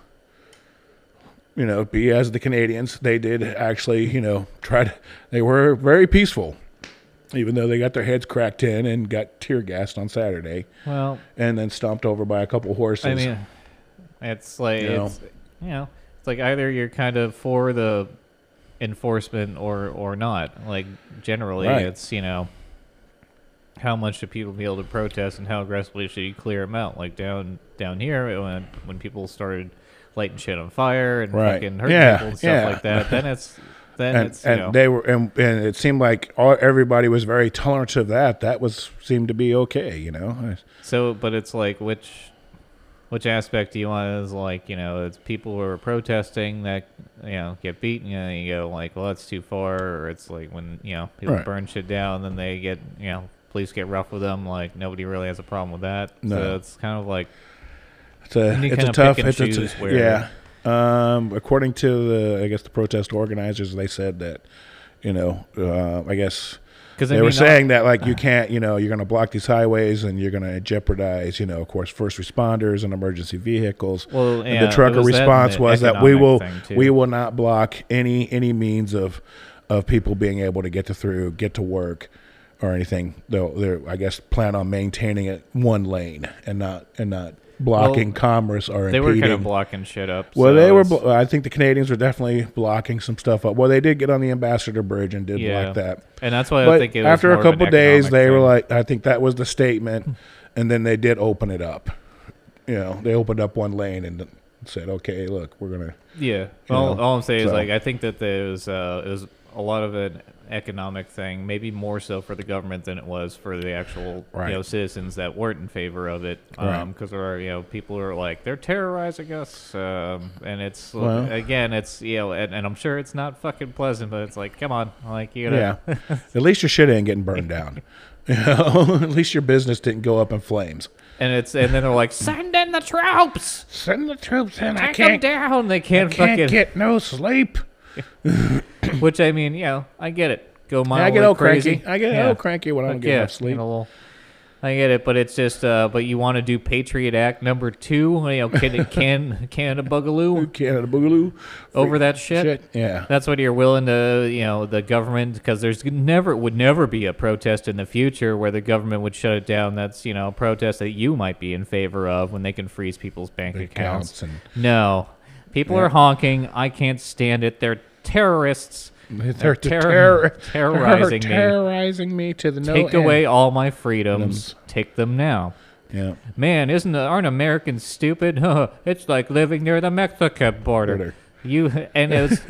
you know, be as the Canadians. They did actually, you know, try to, they were very peaceful, even though they got their heads cracked in and got tear gassed on Saturday
Well,
and then stomped over by a couple horses.
I mean, it's like
You know.
it's you know, it's like either you're kind of for the enforcement or or not. Like generally,
Right.
it's you know. How much should people be able to protest, and how aggressively should you clear them out? Like down down here, when when people started lighting shit on fire and
Right.
fucking hurting
Yeah,
people and stuff
yeah.
like that, then it's then
and,
it's you
and
know
they were, and, and it seemed like all, everybody was very tolerant of that. That was seemed to be okay, you know.
So, but it's like which which aspect do you want? Is like you know, it's people who are protesting that you know get beaten, and you go like, well, that's too far. Or it's like when you know people
Right.
burn shit down, then they get you know police get rough with them. Like nobody really has a problem with that.
No.
So it's kind of like
It's a,
And you
it's a
kinda
tough,
pick and
it's a,
choose
t-
where-
yeah. Um, according to the, I guess the protest organizers, they said that, you know, uh, I guess
because
they were saying that like you can't you know you're going to block these highways and you're going to jeopardize you know of course first responders and emergency vehicles
Well,
And
yeah,
the
it
trucker
was that and
response
the
was that we
economic
will
thing, too.
we will not block any any means of of people being able to get to through get to work or anything they'll they're i guess plan on maintaining it one lane and not and not blocking commerce or
They were
impeding.
kind of blocking shit up.
well,
so
they were.
it's-
Blo- I think the Canadians were definitely blocking some stuff up. Well, they did get on the Ambassador Bridge and did
Yeah.
block that.
and that's why I
But
think it was more
after a
of an
couple days,
economic
they were
thing.
like, "I think that was the statement," and then they did open it up. You know, they opened up one lane and said, "Okay, look, we're gonna."
Yeah. Well,
know,
all I'm saying
so.
is like I think that there was uh, it was a lot of an economic thing, maybe more so for the government than it was for the actual
Right.
you know citizens that weren't in favor of it. Because
Right.
there are you know people who are like they're terrorizing us, um, and it's
Well.
again it's you know and, and I'm sure it's not fucking pleasant, but it's like come on, like you know.
Yeah. (laughs) At least your shit ain't getting burned down. (laughs) You know, (laughs) at least your business didn't go up in flames.
And it's and then they're like send in the troops,
Send the troops in.
take them down. They can't, fucking
get no sleep.
which I mean you know I get it. Go mildly
I get all
crazy.
cranky. I get
Yeah.
all cranky when I don't
Fuck
get enough
you
sleep.
know, well, I get it, but it's just, uh, but you want to do Patriot Act number two, you know,
(laughs)
can can can a bugaloo
Canada Boogaloo.
over that shit.
Shit. Yeah.
That's what you're willing to, you know, the government, because there's never would never be a protest in the future where the government would shut it down. That's you know, a protest that you might be in favor of when they can freeze people's bank accounts.
Accounts and
No, people are honking. I can't stand it. They're terrorists.
they're
terror-
terror-
terrorizing me.
terrorizing me to the no
Take
end.
away all my freedoms. Take them now.
Yeah.
Man, isn't aren't Americans stupid? (laughs) it's like living near the Mexican border.
Border.
You and it's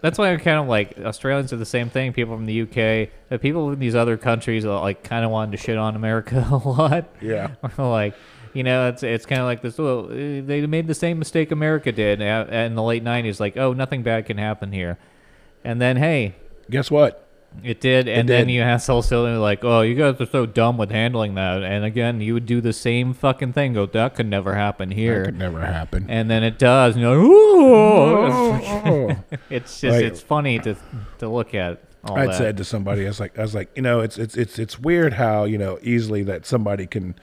that's why I'm kind of like Australians are the same thing. People from the UK, uh, people in these other countries are like kind of wanting to shit on America (laughs) a lot.
Yeah.
like you know, it's it's kind of like this. Well, uh, they made the same mistake America did a- in the late '90s. Like, oh, nothing bad can happen here, and then hey,
Guess what?
it did, and then
did.
you asshole still like, oh, you guys are so dumb with handling that. And again, you would do the same fucking thing. Go, that could never happen
That
here.
could never happen.
And then it does. And you're like,
(laughs)
ooh. (laughs)
Oh.
It's just,
Like-
it's funny to to look at all
I'd
that.
said to somebody, I was like, I was like, you know, it's it's it's it's weird how you know easily that somebody can,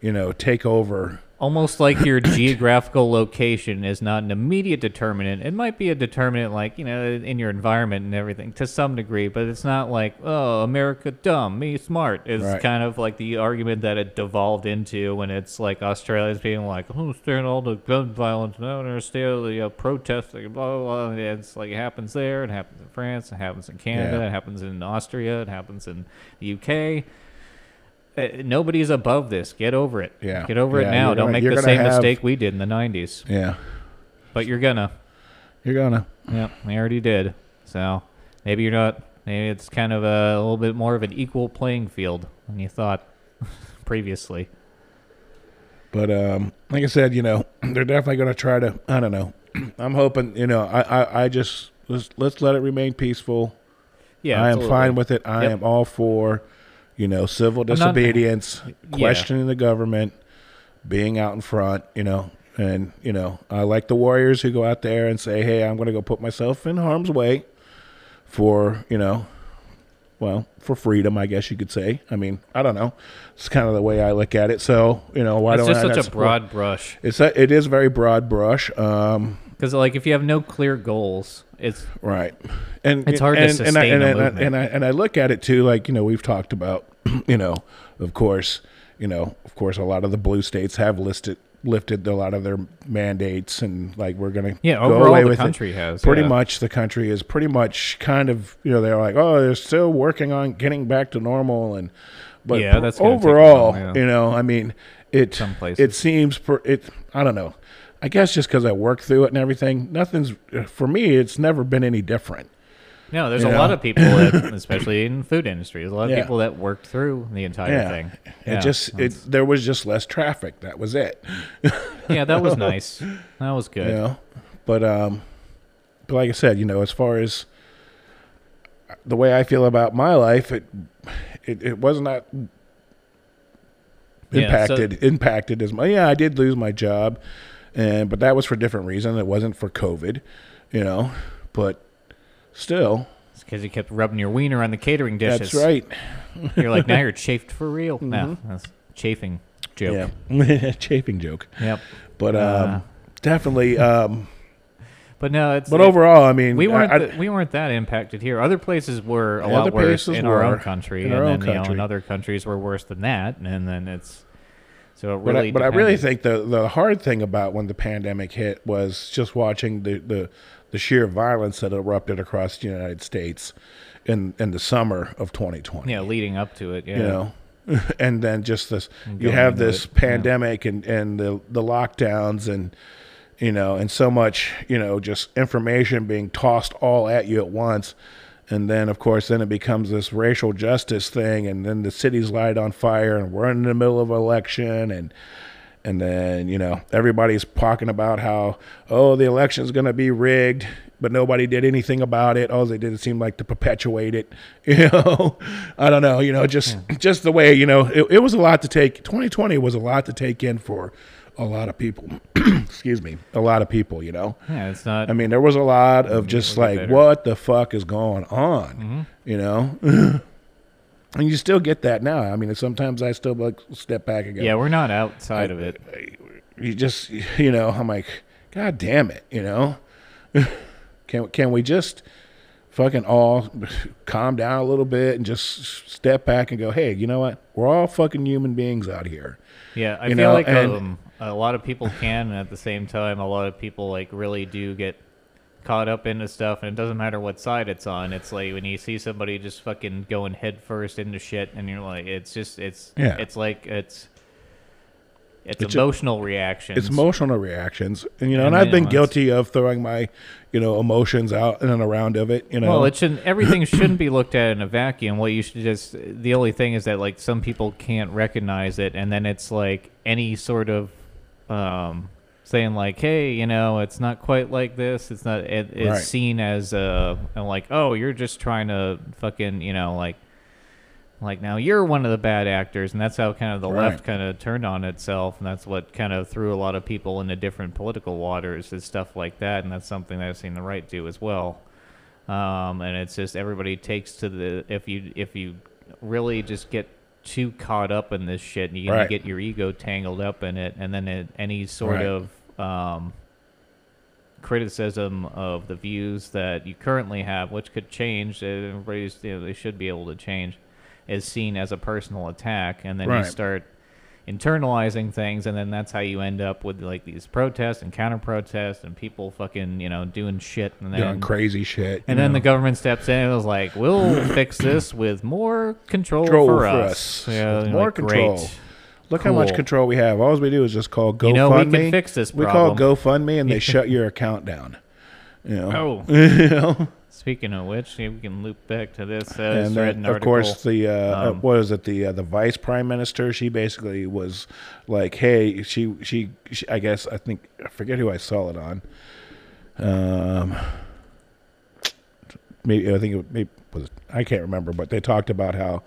you know, take over.
Almost like your geographical location is not an immediate determinant. It might be a determinant, like, you know, in your environment and everything to some degree, but it's not like, oh, America dumb, me smart. It's
Right.
kind of like the argument that it devolved into when it's like Australians being like, oh, stand all the gun violence, I don't understand all the uh, protesting, blah, blah, blah. And it's like it happens there, it happens in France, it happens in Canada,
Yeah.
it happens in Austria, it happens in the UK. Uh, Nobody's above this. Get over it.
Yeah.
Get over
Yeah,
it now.
you're gonna-
Don't make
you're
the
gonna
same
have-
mistake we did in the 90s.
Yeah,
But you're gonna.
you're gonna.
Yep, they already did. So maybe you're not. Maybe it's kind of a, little bit more of an equal playing field than you thought (laughs) previously.
But um, like I said, you know, (clears throat) they're definitely gonna try to. I don't know. (clears throat) I'm hoping. You know, I I, I just let's let's let it remain peaceful.
Yeah,
I am
absolutely.
fine with it. I
Yep.
am all for, you know, civil
not-
disobedience,
Yeah.
questioning the government, being out in front, you know. And, you know, I like the warriors who go out there and say, hey, I'm going to go put myself in harm's way for, you know, well, for freedom, I guess you could say. I mean, I don't know. It's kind of the way I look at it. So, you know, why
It's
don't
just
I not
such a
support-
broad brush
It's a, it is very broad brush. Um,
because, like, if you have no clear goals, it's
Right. And
It's hard to
and, and I,
sustain
and,
a
I- and I,
movement.
and I and I look at it too, like, you know, we've talked about, (clears throat) you know, of course, you know, of course a lot of the blue states have listed lifted a lot of their mandates and like we're gonna
yeah.
go away
Overall, the
with it.
country has
Pretty
yeah.
much the country is pretty much kind of you know, they're like, Oh, they're still working on getting back to normal and but
Yeah,
pr-
that's gonna take a
overall,
while, yeah.
you know, I mean it
Some places.
it seems per, it I don't know. I guess just because I work through it and everything, nothing's for me. It's never been any different.
No, there's
you
a
know?
lot of people, that,
(coughs)
especially in food industry, there's a lot of
Yeah.
people that worked through the entire thing. Yeah.
It just it there was just less traffic. That was it.
yeah, that was nice. That
(laughs)
was good.
You know, but um, but like I said, you know, as far as the way I feel about my life, it it, it was not
Yeah, so-
impacted impacted as much. Yeah, I did lose my job, and but that was for different reason. It wasn't for COVID, you know. But still,
It's because you kept rubbing your wiener on the catering dishes.
that's right. Mm-hmm.
You're like,
(laughs)
now you're chafed for real. No, that's chafing joke.
Yeah, (laughs) chafing joke.
Yep.
But um,
Uh.
definitely. Um,
But no, it's.
but
it-
overall, I mean,
we
I-
weren't
I-
th- we weren't that impacted here. Other places were a
Other
lot worse
places
in our own
were,
country,
in
and
our
then
own
you know,
country.
in other countries were worse than that. And then it's So it
But,
really.
I, but I really
depended.
think the the hard thing about when the pandemic hit was just watching the the, the sheer violence that erupted across the United States in in the summer of 2020.
Yeah, leading up to it. Yeah.
You know. (laughs) And then just this, you
going
have
into
this
it, yeah.
pandemic and, and the, the lockdowns and, you know, and so much, you know, just information being tossed all at you at once. And then, of course, then it becomes this racial justice thing. And then the city's light on fire and we're in the middle of election. And, and then, you know, everybody's talking about how, oh, the election's going to be rigged, but nobody did anything about it. All they did seemed like to perpetuate it. (laughs) You know, I don't know, you know, just
Hmm.
just the way, you know, it, it was a lot to take. 2020 was a lot to take in for a lot of people. (clears throat) Excuse me. A lot of people, you know.
Yeah, it's not.
I mean, there was a lot of just
we'll get
like,
better. Mm-hmm.
what the fuck is going on? You know? (laughs) and you still get that now. I mean, sometimes I still like step back and go,
yeah, we're not outside of it.
you just you know i'm like god damn it you know (laughs) can can we just fucking all calm down a little bit and just step back and go hey you know what we're all fucking human beings out here
Yeah, I
you
feel
know,
like
and-
um, a lot of people can, and at the same time, a lot of people like really do get caught up into stuff, and it doesn't matter what side it's on. It's like when you see somebody just fucking going head first into shit, and you're like, it's just, it's,
Yeah.
it's like it's, it's,
It's a-
emotional reactions.
it's emotional reactions and you know and,
And
i've been
nuance.
guilty of throwing my you know emotions out in and around of it you know
Well, it shouldn't. Everything shouldn't be looked at in a vacuum. What you should just. The only thing is that like some people can't recognize it, and then it's like any sort of, um, saying like, hey, you know, it's not quite like this. It's not. It, it's
Right.
seen as uh, and like, oh, you're just trying to fucking, you know, like. Like now, you're one of the bad actors, and that's how kind of the
Right.
left kind of turned on itself, and that's what kind of threw a lot of people into different political waters and stuff like that, and that's something that I've seen the right do as well um, and it's just everybody takes to the if you if you really just get too caught up in this shit and you
Right.
get your ego tangled up in it and then it, any sort
Right.
of um, criticism of the views that you currently have which could change uh, everybody's you know, they should be able to change is seen as a personal attack and then
Right.
you start internalizing things and then that's how you end up with like these protests and counter protests and people fucking you know doing shit and then
doing crazy shit
and
you
then
know.
the government steps in and was like,
(laughs)
"We'll fix this with more control,
control
for,
for
us.
us,
Yeah,
With
and
more
like,
control
Great.
Look how much
Cool.
control we have. All we do is just call GoFundMe.
know, we can fix this
We call
problem. (laughs)
GoFundMe and they shut your account down. You know? (laughs)
Oh, speaking of which, yeah, we can loop back to this. Uh, I just
and
read
then,
an
of course,
article. um,
the uh, uh what is it? The uh, the vice prime minister. She basically was like, "Hey, she, she she I guess I think I forget who I saw it on. Um, maybe I think it maybe was I can't remember, but they talked about how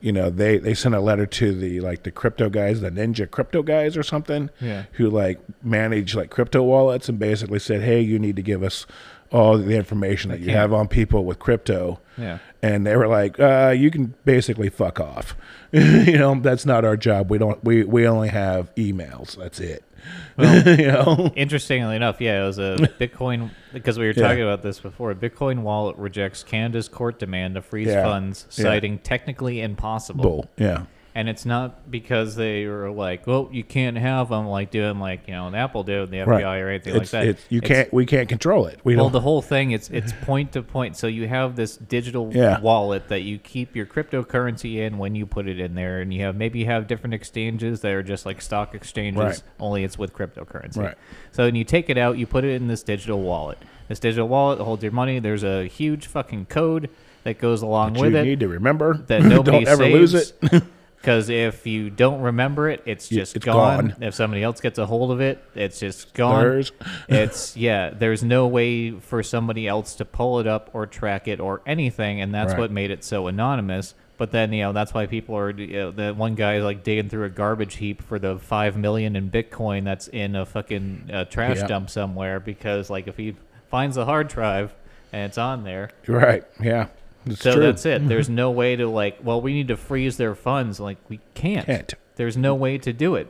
you know they they sent a letter to the like the crypto guys, the ninja crypto guys or something,
Yeah.
who like manage like crypto wallets and basically said, "Hey, you need to give us." All the information that you
can't-
have on people with crypto, (laughs)
Yeah.
and they were like, uh, "You can basically fuck off. (laughs) you know, that's not our job. We don't. We we only have emails. That's it. (laughs) you know,
Interestingly enough, yeah, it was
(laughs)
a Bitcoin because we were
Yeah.
talking about this before. Bitcoin wallet rejects Canada's court demand to freeze
Yeah.
funds,
Yeah.
citing technically impossible.
bull. Yeah,
And it's not because they were like, "Well, you can't have them," like doing like you know, an Apple did with the FBI
right.
or anything
it's,
like that.
It's, you
It's-
can't. We can't control it. We
Well,
don't.
the whole thing it's it's point to point. So you have this digital
Yeah.
wallet that you keep your cryptocurrency in when you put it in there, and you have maybe you have different exchanges that are just like stock exchanges,
Right.
only it's with cryptocurrency.
Right.
So then you take it out, you put it in this digital wallet. This digital wallet holds your money. There's a huge fucking code that goes along
that
with
you
it
need to remember
that nobody
(laughs) don't ever
saves,
lose it. (laughs)
Because if you don't remember it, it's
Y-
just
it's
gone.
gone.
If somebody else gets a hold of it, it's just gone.
theirs. (laughs)
it's yeah. There's no way for somebody else to pull it up or track it or anything, and that's
Right.
what made it so anonymous. But then you know that's why people are you know, the one guy is like digging through a garbage heap for the five million in Bitcoin that's in a fucking uh, trash
Yeah.
dump somewhere because like if he finds the hard drive and it's on there,
Right. Yeah. It's
so
true. Mm-hmm.
that's it. There's no way to like. Well, we need to freeze their funds. Like we can't.
Can't.
There's no way to do it.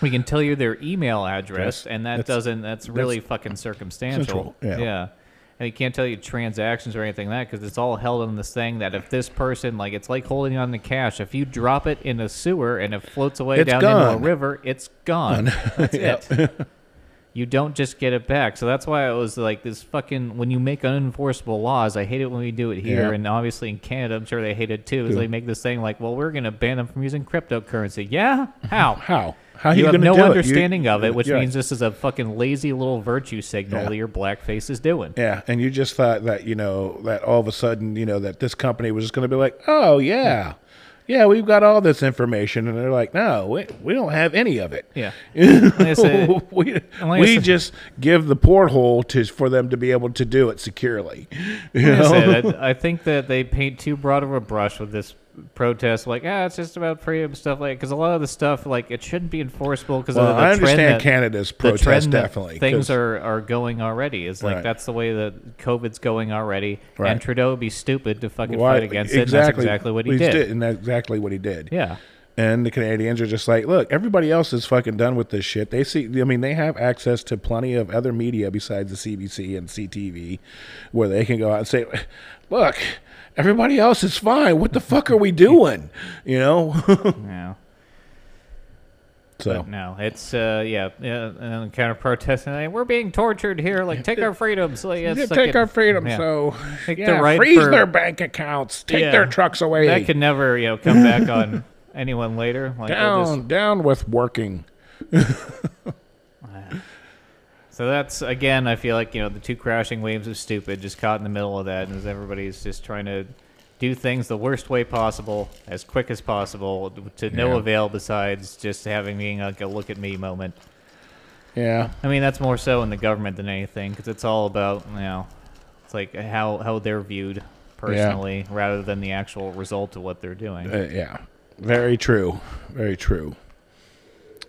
We can tell you their email address,
Yes,
and that
that's-
doesn't. That's really fucking circumstantial.
Central, yeah.
yeah. and he can't tell you transactions or anything like that because it's all held in this thing that if this person like it's like holding on to cash if you drop it in a sewer and it floats away
It's
down
gone.
into a river it's gone (laughs)
(laughs)
that's it you don't just get it back so that's why it was like this fucking when you make unenforceable laws i hate it when we do it here
Yeah.
and obviously in canada i'm sure they hate it too is they make this thing like well we're going to ban them from using cryptocurrency yeah how
(laughs) How? How are
you,
you,
have
going to
no
do
understanding
it? You-
of it, which
yeah.
means this is a fucking lazy little virtue signal
Yeah.
that your blackface is doing.
Yeah, and you just thought that you know that all of a sudden you know that this company was just going to be like, oh yeah, yeah, we've got all this information, and they're like, no, we, we don't have any of it.
Yeah.
(laughs)
Like I said,
we
like I
we
said-
just give the porthole to for them to be able to do it securely. (laughs)
like I,
You
uh,
know?
said, I- I think that they paint too broad of a brush with this protest. Like, ah, it's just about freedom stuff. Like, because a lot of the stuff, like, it shouldn't be enforceable because
Well,
of the
I
trend
understand
that-
Canada's
the
protest
trend that
definitely. 'cause-
things are, are going already. Is like
Right.
that's the way that COVID's going already.
Right.
And Trudeau be stupid to fucking
why-
fight against it. And that's exactly what he did.
and that's exactly what he did.
Yeah.
And the Canadians are just like, look, everybody else is fucking done with this shit. They see, I mean, they have access to plenty of other media besides the CBC and CTV where they can go out and say, look, everybody else is fine. What the fuck are we doing? You know? (laughs)
Yeah.
so,
But no, it's uh, yeah, yeah, and kind of protesting. Like, We're being tortured here. Like, take our freedoms. Like, yeah,
"Yeah,
suck
take
it."
our freedom.
Yeah.
So,
Take the
yeah,
right
freeze
for-
their bank accounts, take
Yeah.
their trucks away.
that could never you know come back on (laughs) anyone later. Like,
down,
we'll just-
down with working.
so that's again, I feel like you know the two crashing waves of stupid just caught in the middle of that, and as everybody's just trying to do things the worst way possible, as quick as possible, to no
Yeah.
avail besides just having being like a look at me moment.
Yeah.
I mean, that's more so in the government than anything, because it's all about you know, it's like how how they're viewed personally rather than the actual result of what they're doing.
Uh, yeah, very true, very true.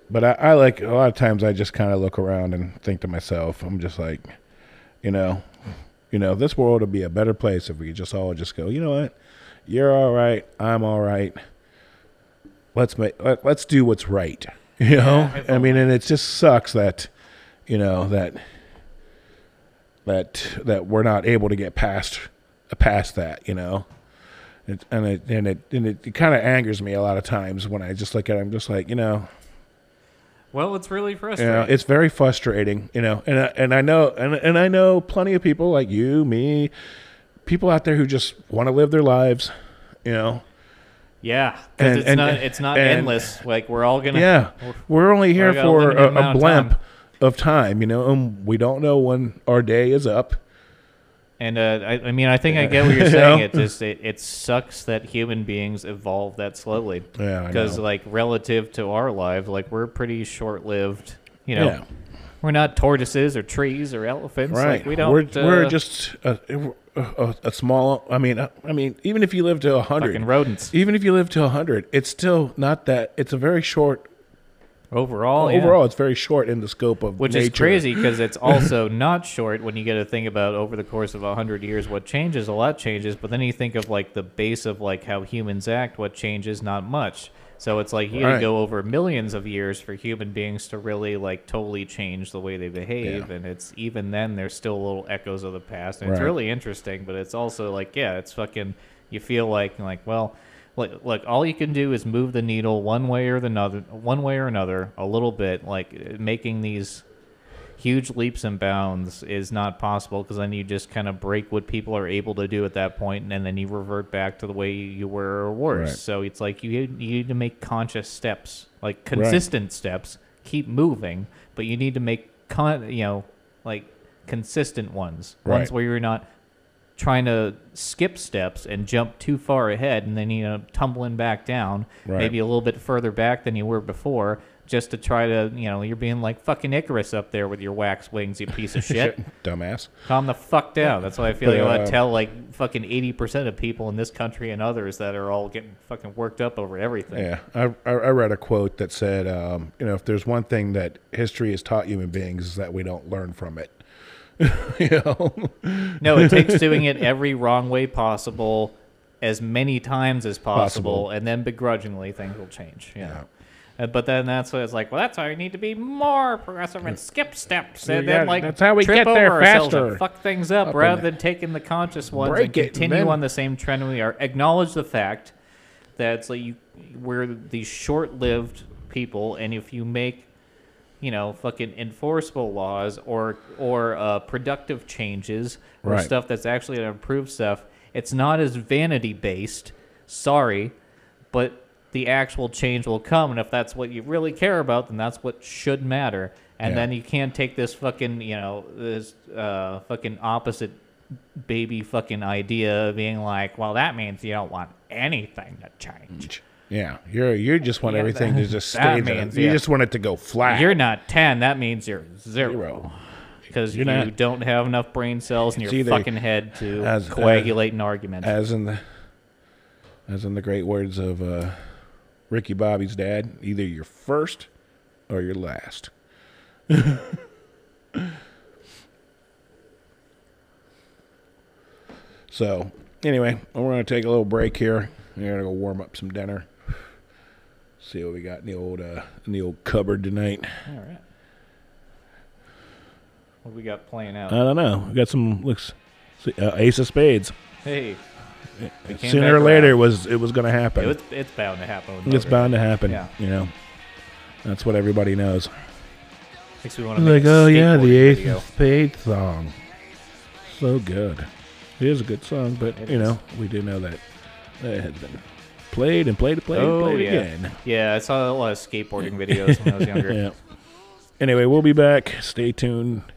But I, I like a lot of times I just kind of look around and think to myself, I'm just like, you know, you know, this world would be a better place if we could just all just go, you know what, you're all right, I'm all right. Let's make let, let's do what's right. (laughs) You know,
I feel
I mean, and it just sucks that, you know that that that we're not able to get past past that. You know. It, and it and it and it, it kind of angers me a lot of times when I just look at it. I'm just like, you know,
Well, it's really
you know,
frustrating.
it's very frustrating, you know. And I, and I know and and I know plenty of people like you, me, people out there who just want to live their lives, you know.
Yeah, 'cause
and-
it's
and-
not it's not
and-
endless. Like we're all gonna
Yeah, we're only here
we got a
for
limited
a, a
amount of
blimp
time.
of time, you know, and we don't know when our day is up.
And uh, I, I mean, I think I get what you're
(laughs) You
saying.
know?
It just it, it sucks that human beings evolve that slowly.
Yeah, I
because
know.
like relative to our lives, like we're pretty short-lived. You know,
Yeah.
we're not tortoises or trees or elephants.
right
Like, we don't.
We're, we're
uh,
just a, a, a small. I mean, I, I mean, even if you live to a hundred,
Fucking rodents.
Even if you live to a hundred, it's still not that. It's a very short.
overall. yeah.
Overall, it's very short in the scope of
which is
nature.
crazy because
(laughs)
it's also not short when you get to think about over the course of 100 years what changes a lot changes but then you think of like the base of like how humans act what changes not much so it's like you gotta
Right.
go over millions of years for human beings to really like totally change the way they behave
Yeah.
and it's even then there's still little echoes of the past and it's
Right.
really interesting but it's also like yeah it's fucking you feel like like well Look, look, all you can do is move the needle one way or the another, one way or another, a little bit. Like making these huge leaps and bounds is not possible because then you just kind of break what people are able to do at that point, and then you revert back to the way you were or worse.
Right.
So it's like you, you need to make conscious steps, like consistent steps. Keep moving, but you need to make con, you know, like consistent ones, ones
Right.
where you're not trying to skip steps and jump too far ahead and then you know tumbling back down
Right.
maybe a little bit further back than you were before just to try to you know you're being like fucking icarus up there with your wax wings you piece of shit
dumbass.
calm the fuck down that's why i feel
But,
like i
uh,
want to tell like fucking 80% of people in this country and others that are all getting fucking worked up over everything
Yeah, I, I I read a quote that said, um, you know, if there's one thing that history has taught human beings is that we don't learn from it. (laughs) you know,
no it
(laughs)
takes doing it every wrong way possible as many times as possible,
Possible.
and then begrudgingly things will change yeah,
Yeah.
Uh, But then that's what it's like. Well, that's why we need to be more progressive and skip steps, and
Yeah,
then like
that's how we
trip
get there
over ourselves and
faster.
fuck things up,
Up in
rather
there.
than taking the conscious ones
Break
and
it and
continue
then-
on the same trend we are. Acknowledge the fact that it's like you, we're these short-lived people, and if you make you know fucking enforceable laws or or uh, productive changes or
Right.
stuff that's actually gonna improve stuff, it's not as vanity based. Sorry, but the actual change will come, and if that's what you really care about, then that's what should matter. And
Yeah.
then you can't take this fucking you know this uh, fucking opposite baby fucking idea of being like, well, that means you don't want anything to change.
Yeah, you're you just want
Yeah,
everything
that-
to just
that
stay there.
means,
You
yeah.
just want it to go flat.
You're not 10, that means you're
Zero.
zero. Because you
You're not-
don't have enough brain cells in
It's
your
either-
fucking head to
as-
coagulate an argument.
as in the as in the great words of uh, Ricky Bobby's dad, either you're first or you're last. (laughs) so anyway, we're gonna take a little break here. We're gonna go warm up some dinner. See what we got in the old uh, in the old cupboard tonight.
All right. What we got playing out?
I don't know. We got some looks. see, Uh, Ace of Spades.
hey. we came
Sooner or
back
later, it
around.
was it was gonna happen.
It was, it's bound to happen. with
It's
Motorhead.
bound to happen.
Yeah.
You know, that's what everybody knows.
Makes me want to
Like,
make a
oh yeah,
skateboarding
the Eighth
video.
and Spade song, so good. It is a good song, but
It
you
is.
know, we do know that it has been played and played and played
Oh,
and played
yeah.
again.
Yeah,
(laughs)
I saw a lot of skateboarding videos when I was younger.
Yeah. Anyway, we'll be back. Stay tuned.